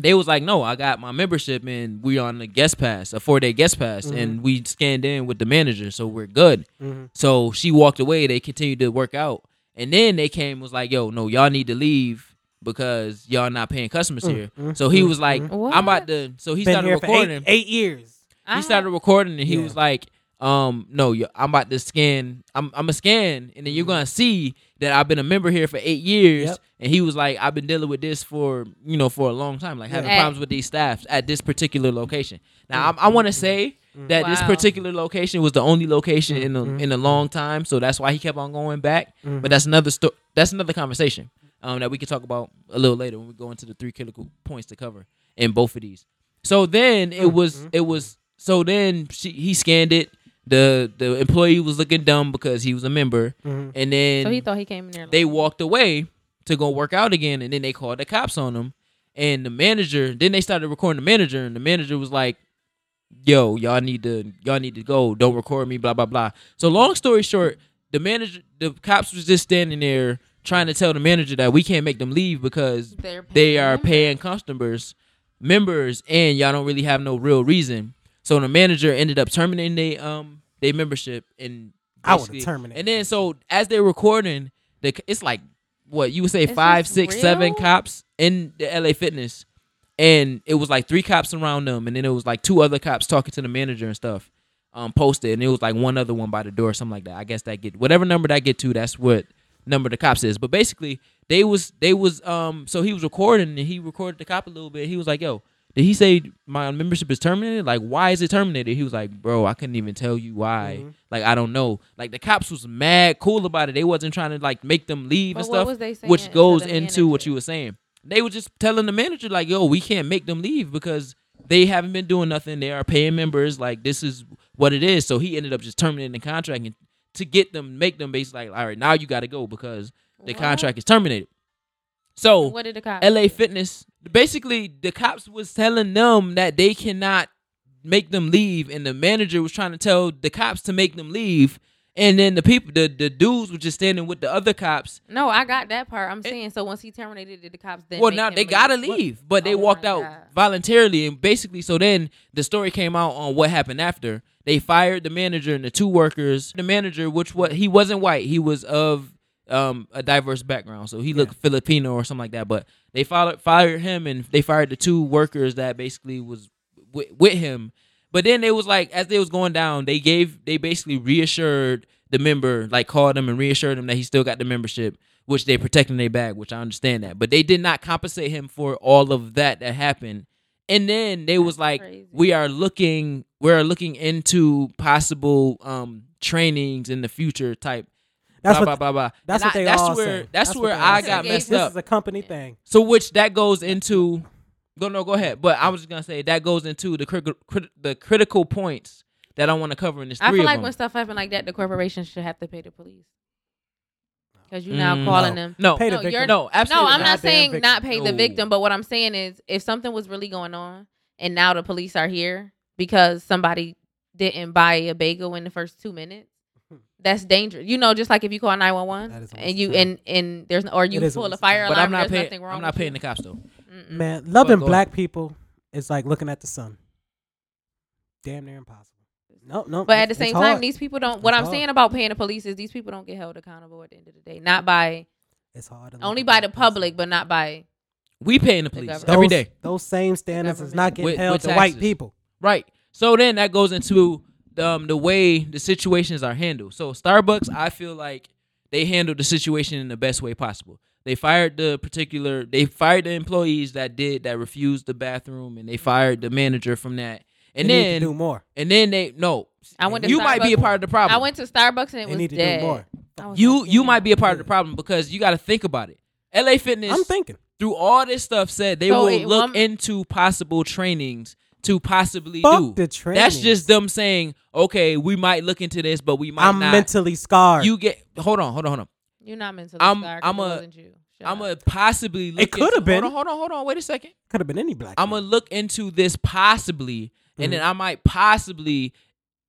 they was like, "No, I got my membership, and we on the guest pass, a four day guest pass,
Mm-hmm.
and we scanned in with the manager, so we're good." So she walked away. They continued to work out, and then they came and was like, "Yo, no, y'all need to leave because y'all not paying customers here." So he was like,
mm.
"I'm about to." So he
Mm. Mm-hmm. Been
started
here for
recording.
eight, eight years.
I-
He started recording, and he
Yeah.
was like, "Um, no, yo, I'm about to scan. I'm I'm a scan, and then you're gonna see that I've been a member here for eight years."
Mm-hmm. Yep.
And he was like, "I've been dealing with this for you know for a long time, like having
Yeah.
problems with these staffs at this particular location." Now
Mm-hmm.
I, I want to say. That this
Wow.
particular location was the only location in a,
Mm-hmm.
in a long time, so that's why he kept on going back. But that's another sto- that's another conversation um, that we can talk about a little later when we go into the three critical points to cover in both of these. So then it was it was so then she he scanned it. The the employee was looking dumb because he was a member, and then
So he thought he came in there.
they walked away to go work out again, and then they called the cops on him. And the manager then they started recording the manager, and the manager was like, "Yo, y'all need to y'all need to go. Don't record me." Blah blah blah. So long story short, the manager the cops was just standing there trying to tell the manager that we can't make them leave because
They're
they are
paying
paying customers members and y'all don't really have no real reason. So the manager ended up terminating they um their membership and
I would've
basically-
terminated.
And then so as they're recording, the it's like what you would say
this
five, six,
real?
seven cops in the LA Fitness, and it was like three cops around them, and then it was like two other cops talking to the manager and stuff. Um, posted, and it was like one other one by the door, or something like that. I guess that get whatever number that get to, that's what number the cops is. But basically, they was they was um, so he was recording, and he recorded the cop a little bit. He was like, "Yo, did he say my membership is terminated? Like, why is it terminated? He was like, bro, I couldn't even tell you why.
Mm-hmm.
Like, I don't know. Like, the cops was mad cool about it. They wasn't trying to like make them leave
But
and
what
stuff,
was they saying
which
to
goes
the
into what
manager?
you were saying. They were just telling the manager like, yo, we can't make them leave because they haven't been doing nothing. They are paying members. Like, this is what it is. So he ended up just terminating the contract and to get them, make them basically like, all right, now you got to go because the
What?
contract is terminated. So
What did the cop?
LA Fitness. Basically, the cops was telling them that they cannot make them leave, and the manager was trying to tell the cops to make them leave. And then the people, the, the dudes were just standing with the other cops.
No, I got that part. I'm saying so. Once he terminated, did the cops then?
well,
make
now
him
they gotta leave, but they
Oh my
walked out
God.
voluntarily. And basically, so then the story came out on what happened after. They fired the manager and the two workers. The manager, which was he wasn't white, he was of um, a diverse background, so he looked Filipino or something like that. But they fired fired him, and they fired the two workers that basically was with, with him. But then they was like, as they was going down, they gave they basically reassured the member, like called him and reassured him that he still got the membership, which they protecting their bag, which I understand that. But they did not compensate him for all of that that happened. And then they was like,
crazy.
we are looking, we are looking into possible um trainings in the future type.
That's
blah,
what-
blah, blah, blah.
That's
And
what
I-
they
that's
all
where
say.
that's,
what
where
they all
I
say.
got
This
messed
This
up.
is a company thing.
So which that goes into go no go ahead, but I was just gonna say that goes into the crit- crit- the critical points that I want to cover in this.
I
three
feel
of
like
them.
when stuff happen like that, the corporation should have to pay the police. Because you're now calling them.
Mm, no,
Pay the
no, you're,
victim.
no, absolutely.
no, I'm
not.
not
Goddamn
saying
victim.
not pay the
No.
victim, but what I'm saying is if something was really going on and now the police are here because somebody didn't buy a bagel in the first two minutes, that's dangerous. You know, just like if you call nine one
That
one
is a waste
and
of
you
time.
and and there's no, or you
It is a
pull
waste
a
of
fire alarm,
But I'm not
there's
paying.
nothing wrong
I'm not
with
paying
you.
the cops though.
Mm-mm.
Man, loving
Mm-hmm. go on.
black people is like looking at the sun. Damn near impossible. No, no.
But at the
it's-
same
it's
time,
hard.
these people don't. What
It's
I'm
hard.
saying about paying the police is these people don't get held accountable at the end of the day. Not by
it's hard. to
only
look
by
at
the
that person.
public, but not by
We paying the police
government.
every
Those-
day.
Those same standards is
government.
not getting
With-
held
with
to white
taxes.
people.
Right. So then that goes into the, um, the way the situations are handled. So Starbucks, I feel like they handled the situation in the best way possible. They fired the particular, they fired the employees that did that refused the bathroom, and they fired the manager from that. And
They need to
then
do more.
and then they no,
I went to
you might be a
Starbucks.
part of the problem.
I went to Starbucks and
They
it was
need to do
dead.
more.
I was
you
like,
you
damn.
might be a part of the problem because you got to think about it. LA Fitness
I'm thinking.
through all this stuff said they
So
will
it-
look
one-
into possible trainings to possibly
Fuck
do.
the
That's
trainings.
just them saying, okay, we might look into this, but we might
I'm
not.
mentally scarred.
you get hold on, hold on, hold on.
You're not mentally
I'm-
I'm,
I'm
I'm
a-
you. Shut
I'm
up.
gonna possibly. Look
could have
into-
been.
Hold on, hold on, hold on. Wait a second.
could have been any black.
I'm gonna
man.
look into this possibly, and
Mm-hmm.
then I might possibly,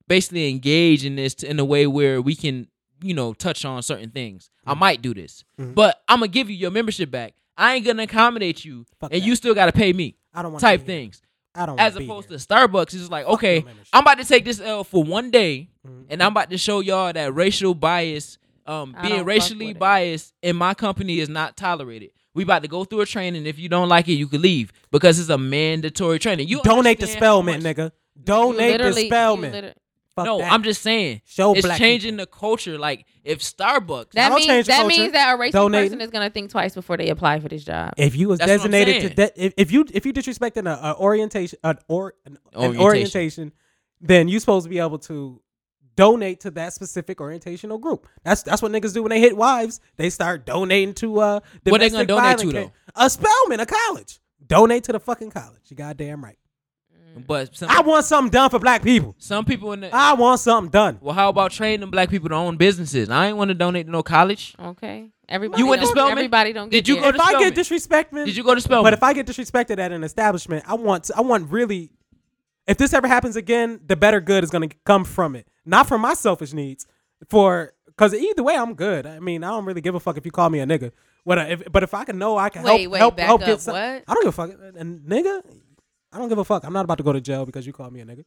basically engage in this in a way where we can, you know, touch on certain things. I
Mm-hmm.
might do this, but I'm gonna give you your membership back. I ain't gonna accommodate you,
Fuck
and
that.
you still gotta pay me.
I don't wanna
type
be here.
things.
I don't.
as
wanna be
opposed
here.
to Starbucks, it's just like, okay,
no membership.
I'm about to take this L for one day,
Mm-hmm.
and I'm about to show y'all that racial bias, um,
I don't
being
fuck
racially
with it.
biased in my company is not tolerated. We about to go through a training. If you don't like it, you can leave because it's a mandatory training. You
donate to
understand how
Spellman,
much-
nigga.
You
Donate to
literally- you
Spellman.
liter-
Fuck
No,
that.
I'm just saying,
Show
it's
black
changing the culture. Like if Starbucks,
I
That
don't change
means that
culture.
means that a racist
Donating.
person is gonna think twice before they apply for this job.
If you was
That's what I'm
designated to
saying.
de- if, if you if you disrespecting a, a orientation an or an orientation.
Orientation.
an orientation, then you supposed to be able to donate to that specific orientational group. That's that's what niggas do when they hit wives. They start donating to uh
What they gonna
domestic
donate to,
violence ca- A Spellman, a college. Donate to the fucking college. You goddamn right.
but some,
I want something done for black people.
some people in the
I want something done.
well, how about training black people to own businesses? I ain't want to donate to no college.
Okay, everybody.
You went to
don't-
Spelman?
Everybody don't.
Did
get
you go
there.
to
If I
Spellman.
get disrespected,
Did you go to Spellman?
But if I get disrespected at an establishment, I want I want really. If this ever happens again, the better good is going to come from it, not from my selfish needs. For because either way, I'm good. I mean, I don't really give a fuck if you call me a nigga. What I- if, but if I can know I can
Wait,
help
wait,
help
back
help
up.
get some,
What?
I don't give a fuck. A a nigga, I don't give a fuck. I'm not about to go to jail because you call me a nigga.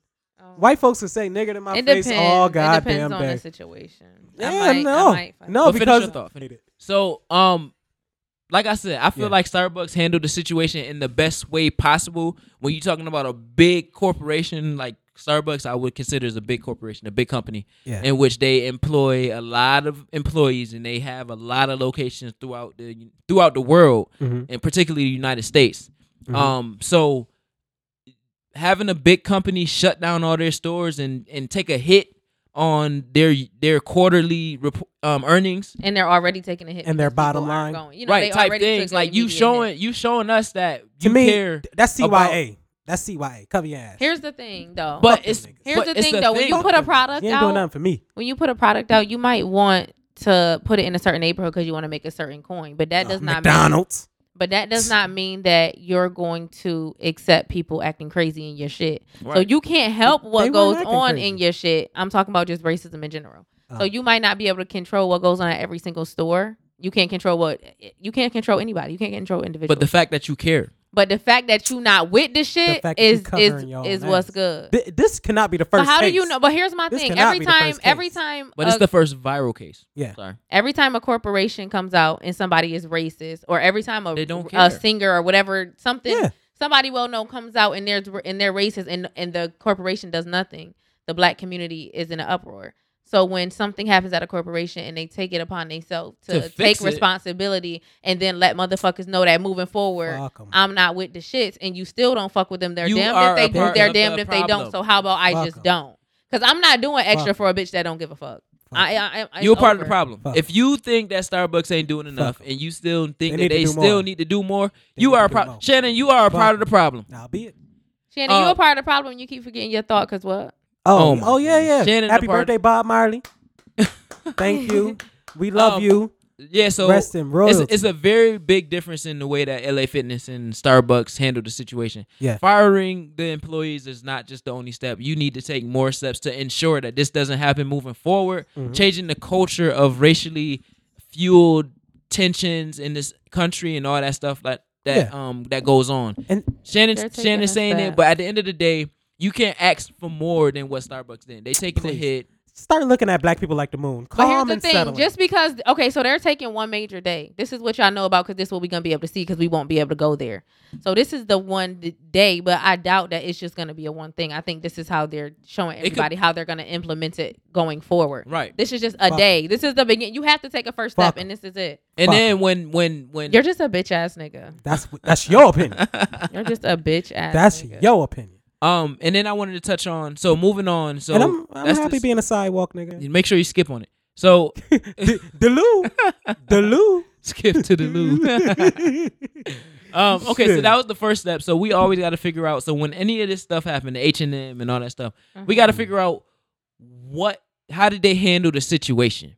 White folks can say nigga to my
Oh. It
face
depends.
all
it depends
goddamn
on
day.
the situation. I
Yeah,
might- I
no,
might fuck
no,
But finish
because
your thought, finish. So, um, like I said, I feel
Yeah.
like Starbucks handled the situation in the best way possible. When you're talking about a big corporation like Starbucks, I would consider as a big corporation, a big company,
Yeah.
in which they employ a lot of employees and they have a lot of locations throughout
Mm-hmm.
the throughout the world, and particularly the United States. Um, so having a big company shut down all their stores and and take a hit on their their quarterly rep- um earnings
and they're already taking a hit
And their
because people
bottom
aren't
line.
going. You know, they
right type
already
things
took an
like you
immediate
showing
hit.
you showing us that
To
you
me,
care
th- that's CYA.
about-
that's CYA. Cover your ass.
Here's the thing, though.
but
Fuck
it's
them niggas.
Here's
but
the
it's
thing, though. When you
thing.
put a product
you ain't doing
out,
nothing for me.
when you put a product out, you might want to put it in a certain neighborhood because you want to make a certain coin. But that does not mean,
McDonald's.
but that does not mean that you're going to accept people acting crazy in your shit. So
Right.
you can't help
They
what
weren't
goes
acting
on
crazy.
in your shit. I'm talking about just racism in general.
Oh.
So you might not be able to control what goes on at every single store. You can't control what you can't control anybody. You can't control individuals.
but the fact that you care
But the fact that you not with the shit
fact that you
is is
covering your own
is what's
ass.
good.
Th- this cannot be the
But
first.
how do you
case.
know? But here's my
This
thing.
cannot
Every
be the
time,
first
every
case.
time,
but it's
a-
the first viral case
Yeah.
sorry
every time a corporation comes out and somebody is racist, or every time a,
They don't care.
a singer or whatever something
Yeah.
somebody well known comes out and there's and they're racist and and the corporation does nothing, the black community is in an uproar. So when something happens at a corporation and they take it upon themselves
To
to,
fix
take
it.
responsibility and then let motherfuckers know that moving forward,
Fuck 'em.
I'm not with the shits, and you still don't fuck with them. They're
You are
damned
a
if they do.
part
They're
of the
damned if they
problem.
don't. So how about I
Fuck
just
'em.
don't? Because I'm not doing extra
Fuck
for a bitch that don't give a fuck. I, I, I, it's
you're part of the
over.
problem.
Fuck.
If you think that Starbucks ain't doing enough and you still think
They need
that
to
they
do
still
more.
need to do more,
They
you
need
are
to
a
do
pro-
more.
Shannon, you are a part of the problem.
Nah, be it.
Shannon, you
Uh,
a part of the problem. You keep forgetting your thought. Cause what?
Oh
Oh,
my
oh, yeah, yeah.
Shannon
Happy
Depart-
birthday, Bob
(laughs)
Marley. Thank you. We
Oh.
love
Um,
you.
Yeah, so
Rest in
it's,
royalty.
it's a very big difference in the way that LA Fitness and Starbucks handle the situation.
Yeah.
Firing the employees is not just the only step. You need to take more steps to ensure that this doesn't happen moving forward.
Mm-hmm.
Changing the culture of racially fueled tensions in this country and all that stuff like that um that goes on.
And
They're
Shannon
taking
Shannon's
a
saying it,
step.
but at the end of the day, you can't ask for more than what Starbucks did. They taking a
Please.
hit.
start looking at black people like the moon.
But
Calm
here's the
and
thing:
settling.
just because okay, so they're taking one major day. This is what y'all know about because this is what we're gonna be able to see because we won't be able to go there. So this is the one d- day, but I doubt that it's just gonna be a one thing. I think this is how they're showing
could-
everybody how they're gonna implement it going forward.
Right.
This is just a
Fuck.
day. This is the beginning. You have to take a first
Fuck.
step, and this is it.
And
Fuck.
then when when when
You're just a bitch ass nigga.
that's that's your
(laughs)
opinion.
You're just a bitch ass.
That's
nigga.
your opinion.
Um, and then I wanted to touch on. So moving on. So
and I'm I'm
that's
happy
the-
being a sidewalk nigga.
Make sure you skip on it. So
D- Delu, (laughs) Delu.
skip to the loo.
(laughs)
um, okay, so
Shit.
that was the first step. So we always got to figure out. So when any of this stuff happened, the H and M and all that stuff, we
Uh-huh.
got to figure out what, how did they handle the situation?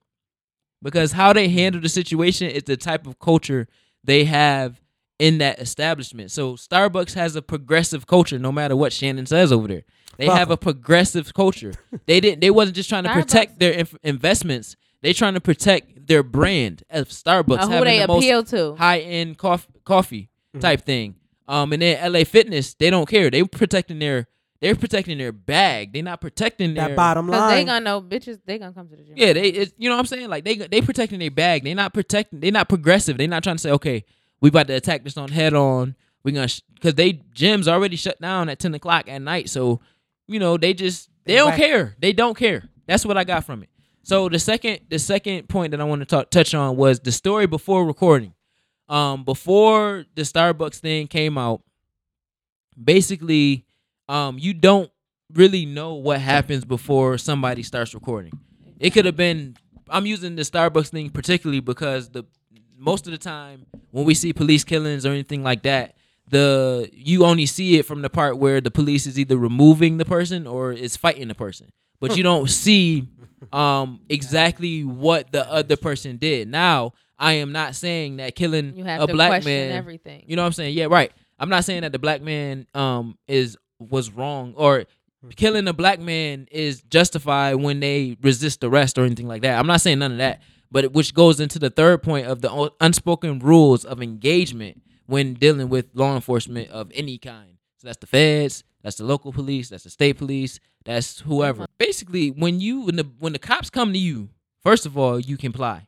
Because how they
Mm-hmm.
handle the situation is the type of culture they have in that establishment. So Starbucks has a progressive culture, no matter what Shannon says over there. They
Fuck
have a progressive culture. They didn't. They wasn't just trying to
Starbucks-
protect their inf- investments. They trying to protect their brand of Starbucks
Uh, who
having
they
the most
appeal to?
high end coffee, coffee type thing. Um, and then LA Fitness, they don't care. They protecting their they're protecting their bag. They're not protecting
That
their
bottom
Because they
line.
gonna know bitches. They gonna come to the gym.
Yeah, they it's, you know what I'm saying? Like they they protecting their bag. They're not protecting. They're not progressive. They're not trying to say okay, we about to attack this on head on. We gonna because they gyms already shut down at ten o'clock at night. So you know they just they don't
Right.
care. They don't care. That's what I got from it. So the second the second point that I want to talk touch on was the story before recording um, before the Starbucks thing came out, basically, um, you don't really know what happens before somebody starts recording. It could have been. I'm using the Starbucks thing particularly because the most of the time when we see police killings or anything like that, the you only see it from the part where the police is either removing the person or is fighting the person, but you don't see um, exactly what the other person did. Now, I am not saying that killing
You have
a
to
black
question
man
everything.
you know what I'm saying? Yeah, right. I'm not saying that the black man um is was wrong or killing a black man is justified when they resist arrest or anything like that. I'm not saying none of that. But it- which goes into the third point of the un- unspoken rules of engagement when dealing with law enforcement of any kind. So that's the feds, that's the local police, that's the state police, that's whoever. Basically, when you when the when the cops come to you, first of all, you comply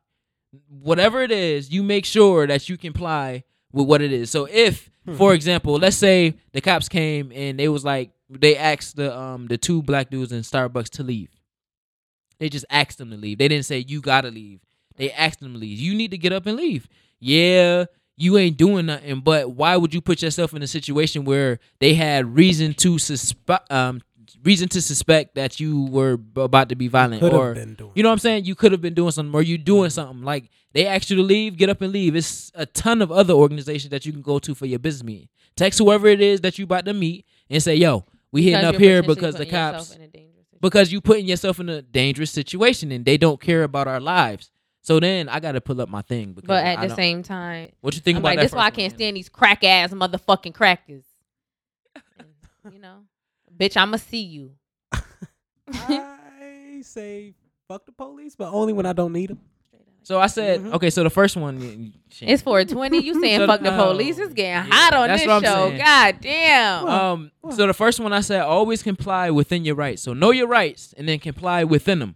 whatever it is, you make sure that you comply with what it is. So if, for example, let's say the cops came and they was like they asked the um the two black dudes in Starbucks to leave. They just asked them to leave. They didn't say you gotta leave. They asked them to leave. You need to get up and leave. Yeah, you ain't doing nothing. But why would you put yourself in a situation where they had reason to suspect, um, reason to suspect that you were b- about to be violent,
could've
or
been doing Mm-hmm.
you know what I'm saying? You could have been doing something, or you doing something. Like they asked you to leave, get up and leave. It's a ton of other organizations that you can go to for your business meeting. Text whoever it is that you about to meet and say, "Yo, we hitting up here because the cops." because you putting yourself in a dangerous situation and they don't care about our lives. So then I got to pull up my thing because
But at
I
the
don't-
same time,
what you think
I'm
about
like,
that?
this why I
first one,
can't
Hannah?
stand these crack ass motherfucking crackers. And, you know, bitch, I'ma see you.
I say fuck the police, but only when I don't need them.
So I said,
Mhm.
okay, so the first one, y- shit.
Mm-hmm. It's four twenty.
(laughs)
You saying
So-
fuck the
oh,
police? It's getting
yeah,
hot on
that's
this
what I'm
show.
saying.
God damn.
um. So the first one I said, always comply within your rights. So know your rights and then comply within them.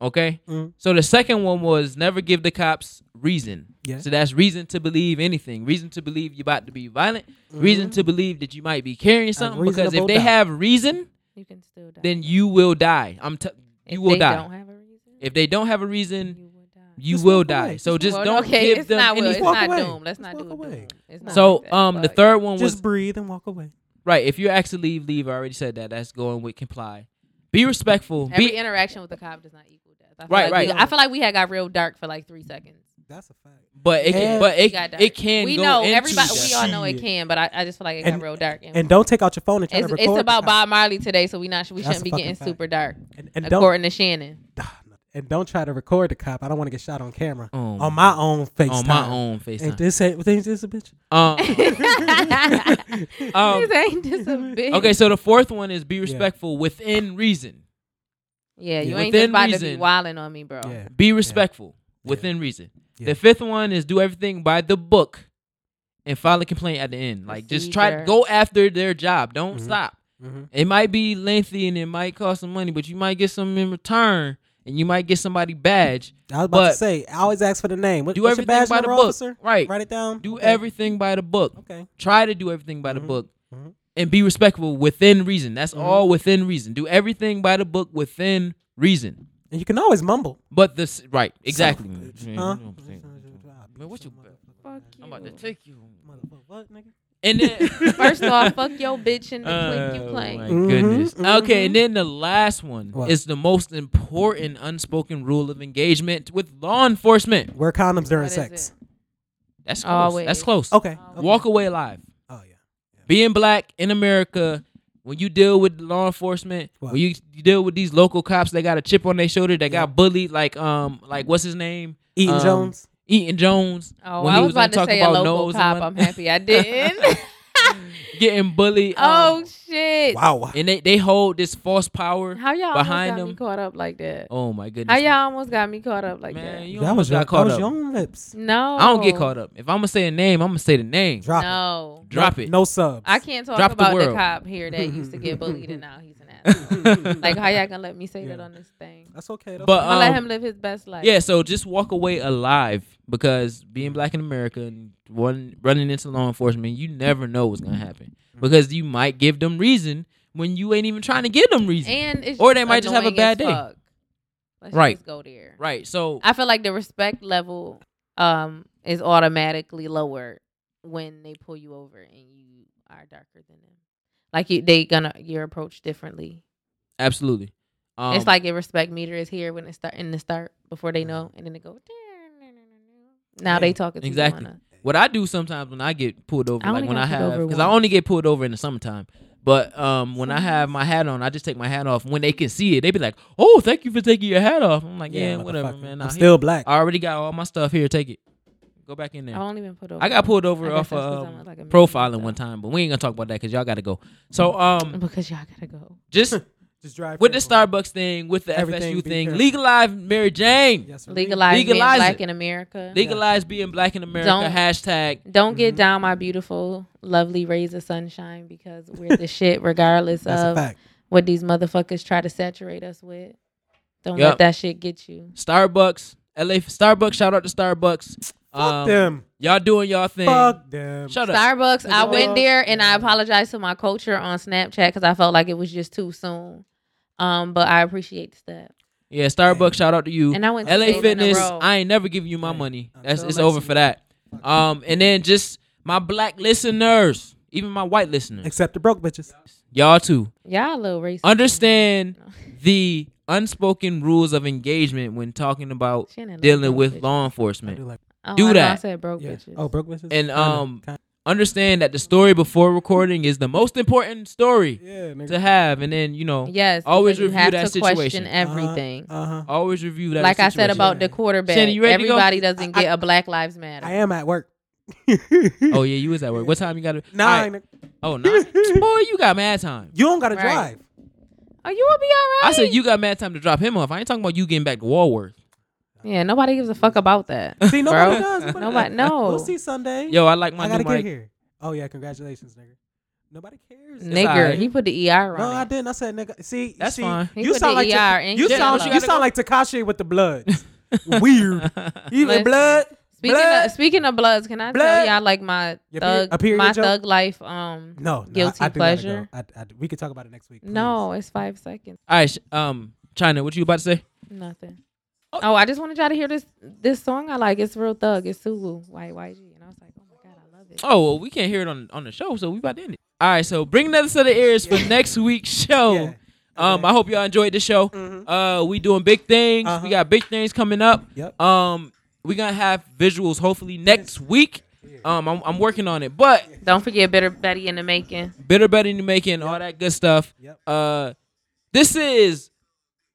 Okay.
Mm.
So the second one was never give the cops reason.
Yeah.
So that's reason to believe anything. Reason to believe you're about to be violent. Reason to believe that you might be carrying something. Because if
Mm-hmm. reasonable
they
doubt.
have reason,
you can still die.
then you will die. I'm t-
If
you will
they
die.
Don't have a reason,
if they don't have a reason,
you will die.
you
Just
will
walk
die.
away.
So
Just
just
Well,
don't
okay,
give
it's
them
not will.
any-
It's
Walk
not
away.
doom. Let's
Just
not
walk
do a
away.
doom. It's not
So
like that,
um, the
but-
third one was
Just breathe and walk away.
right. If you actually leave, leave. I already said that. That's going with comply. Be respectful.
Every
Be
interaction with the cop does not equal death. I feel
Right,
like we-
right.
I feel like we had got real dark for like three seconds.
That's a fact.
but it
Yeah.
can, but
It got
it
dark.
it can
We
go
know
into
everybody.
that.
We all know it
Shit.
can, but I, I just feel like it got
And-
real dark. And,
And don't take out your phone and try
it's,
to
it's
record. the
about
cop.
Bob Marley today, so we not we
That's
shouldn't
a
be
fucking
getting
fact.
super dark.
And, and don't ah,
according
(laughs)
to Shannon, (laughs)
and don't try to record the cop. I don't want to get shot on camera
Oh
on my own FaceTime.
on my own
And
FaceTime.
this ain't this is a bitch.
(laughs)
Um, Um,
this ain't just a bitch.
okay, so the fourth one is be respectful within reason.
yeah, you
Yeah.
ain't just
Within
about to be
reason.
wilding on me, bro.
Oh.
Yeah.
Be respectful within reason.
Yeah.
The fifth one is do everything by the book and file a complaint at the end. Like just try to
Procedure.
go after their job. Don't stop.
Mhm.
It might be lengthy and it might cost some money, but you might get some in return and you might get somebody badge.
I was about
But
to say. I always ask for the name. What,
do
what's your
everything
badge
by the
number,
book.
officer?
Right.
Write it down.
do
Okay.
everything by the book.
Okay.
Try to do everything by the book
Mhm.
and be respectful within reason. That's
Mm-hmm.
all within reason. Do everything by the book within reason.
And you can always mumble.
But this right, exactly.
Son of a
Yeah,
bitch. Huh?
you know what I'm saying. Man, what you
Fuck you.
I'm about to take you.
Motherfucker, what, nigga?
And then
(laughs)
(laughs)
First of all, fuck your bitch and the clique you
Oh,
playing.
my
Mhm,
goodness.
mhm.
Okay, and then the last one
What?
is the most important unspoken rule of engagement with law enforcement.
Wear condoms during
What is
sex.
That's close.
Always.
That's close.
Okay.
Oh.
okay.
Walk away alive.
Oh yeah.
Being black in America, when you deal with law enforcement,
What?
when you, you deal with these local cops that got a chip on their shoulder that
Yeah.
got bullied, like um, like what's his name,
Eaton
Um,
Jones.
Eaton Jones.
Oh,
when
I
he
was
on
about to
Talk
say a local
Nose and
cop.
what-
I'm happy I didn't.
(laughs)
(laughs)
getting bullied.
oh
um,
shit!
Wow.
and they they hold this false power.
How y'all
Behind
almost got me
them.
caught up like that?
Oh my goodness.
How y'all almost got me caught up like Oh.
Man,
that?
you
That was your,
got
that
caught
was
up.
your own lips.
no,
I don't get caught up. If I'm gonna say a name, I'm gonna say the name. Drop,
Drop it.
No,
it.
No subs.
I can't talk
Drop the
about the,
world.
cop here that used to get
(laughs)
bullied and now he's an asshole. like, how y'all gonna let me say that
Yeah.
on this thing?
That's okay. That's
But
I'm gonna let him
um,
live his best life.
yeah, so just walk away alive because being black in America and one running into law enforcement, you never know what's gonna happen
Mm-hmm.
because you might give them reason when you ain't even trying to give them reason.
and it's
Or they might just have a
annoying
bad
as
day.
fuck. Let's
Right.
just go there.
right. So
I feel like the respect level um is automatically lower when they pull you over and you are darker than them. Like you, they gonna you're approached differently.
absolutely. Um,
it's like your respect meter is here when it start in the start before they know, and then it go. Now they talking to
Exactly.
You on a-
what I do sometimes when I get pulled over,
I
like
only
when
got
I
pulled
have,
over
because I
once.
only get pulled over in the summertime. But um, when I have my hat on, I just take my hat off. When they can see it, they be like, "Oh, thank you for taking your hat off." I'm like, "Yeah, whatever,
motherfucker.
man. Nah,
I'm
here-
still black.
I already got all my stuff here. Take it. Go back in there."
I've only been pulled over.
I got pulled over
Oh, I guess
off
that's 'cause
of
I'm
um,
like a
profiling
million
one time, but we ain't gonna talk about that because y'all gotta go. So
(laughs)
um,
because y'all gotta go.
just
Just drive
with the
careful.
Starbucks thing, with the
Everything,
FSU
be
thing,
careful.
legalize Mary Jane,
Yes, sir.
Legalize, being
Legalize
black
it.
in America.
legalize being black in America.
Don't-
Hashtag
Don't
Mm-hmm.
get down, my beautiful, lovely rays of sunshine, because we're the
(laughs)
shit, regardless
That's a
of
fact.
what these motherfuckers try to saturate us with. Don't
Yup.
let that shit get you.
Starbucks, LA Starbucks. Shout out to Starbucks. Um,
Fuck them.
Y'all doing y'all thing.
Fuck them.
Shut up.
Starbucks, I
Starbucks.
went there and I apologized to my culture on Snapchat because I felt like it was just too soon. Um, but I appreciate the step.
yeah, Starbucks. Shout out to you.
And I went to
LA
Days in a
Fitness.
Row.
I ain't never giving you my money. That's
Until
it's
next
over for that. Um, and then just my black listeners, even my white listeners,
Except the broke bitches.
y'all too.
Y'all a little racist.
Understand the unspoken rules of engagement when talking about
She ain't a
dealing
little
with
bitch.
law
I do
enforcement.
like,
oh,
do
I know I
that.
said broke
yeah.
bitches.
Oh, broke bitches.
And,
Kinda,
um,
kinda.
Understand that the story before recording is the most important story
yeah, nigga.
to have, and then you know,
yes.
Always
because you
review
have
that
to
situation.
question everything.
Uh huh.
always review that.
like I said
situation.
about the quarterback,
Shannon, you ready to go?
everybody doesn't
I-
get a Black Lives Matter.
I am at work.
(laughs)
(laughs)
Oh yeah, you was at work. What time you got? to
Nah, nigga.
Oh
(laughs)
nine. Boy, you got mad time.
you don't gotta
Right.
drive.
oh, you will be all right.
I said you got mad time to drop him off. I ain't talking about you getting back to Walworth.
Yeah, nobody gives a fuck
(laughs)
about that.
See, nobody
Bro.
does.
Nobody,
does.
no.
We'll see Sunday.
Yo, I like my
I gotta
new
get
mic.
here. Oh yeah, congratulations, nigga. Nobody cares.
It's all
Nigger.
right.
He put the ER on.
No, I
it.
didn't. I said nigga. See,
That's
see,
fine.
He
You
put
sound
the
like
ER
Ta-
and
you
shit
sound
out.
you
(laughs)
sound like Takashi with the blood. Weird. You
Listen.
with blood.
Speaking
blood.
of, speaking of bloods, can I
Blood.
tell y'all like my
Your period-
thug
a period
my
joke?
thug life um
no, no,
guilty
I, I do gotta
pleasure?
go. I, I do- we can talk about it next week. please.
No, it's five seconds.
All right, sh- um, China, what you about to say?
Nothing. Oh, I just wanted y'all to hear this this song I like. It's real thug. It's Sulu YYG, and I was like, oh my god, I love it.
Oh, well, we can't hear it on on the show, so we about to end it. All right, so bring another set of ears for next week's show.
Yeah. Mm-hmm.
Um, I hope y'all enjoyed the show. Uh, we doing big things.
Uh-huh.
We got big things coming up.
Yep.
Um, we gonna have visuals hopefully next week. Um, I'm, I'm working on it, but
Don't forget Bitter Betty in the making.
bitter betting the making, all that good stuff.
Yep.
Uh, this is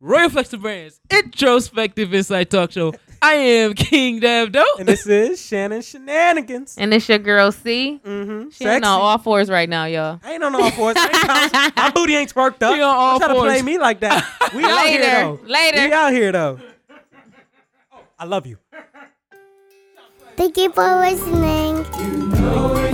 Royal Flex of Brands Introspective Insight Talk Show. I am King Dev Dope.
And this is Shannon Shenanigans.
And it's your girl C.
Mm-hmm.
She ain't on all fours right now, y'all.
I ain't on all fours. I ain't college. My booty ain't twerked up.
(laughs)
She on all
Don't try to play
fours.
me like that. We out here
Later.
though.
Later.
We out here though. I love you.
Thank you for listening.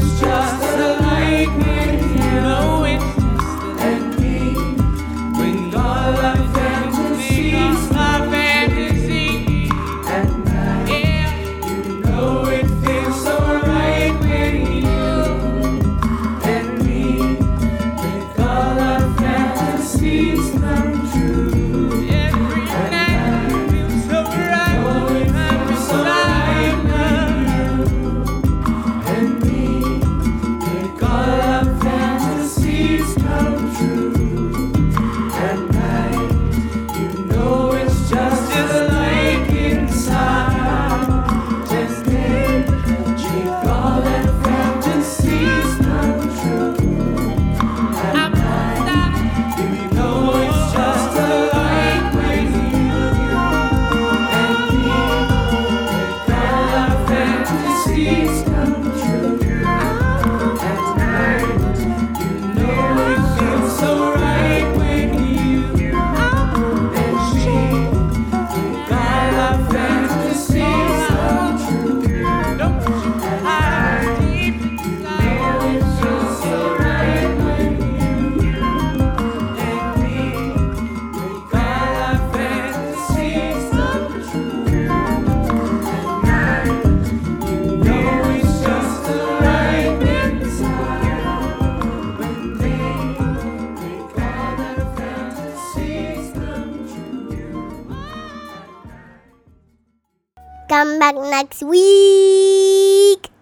Come back next week.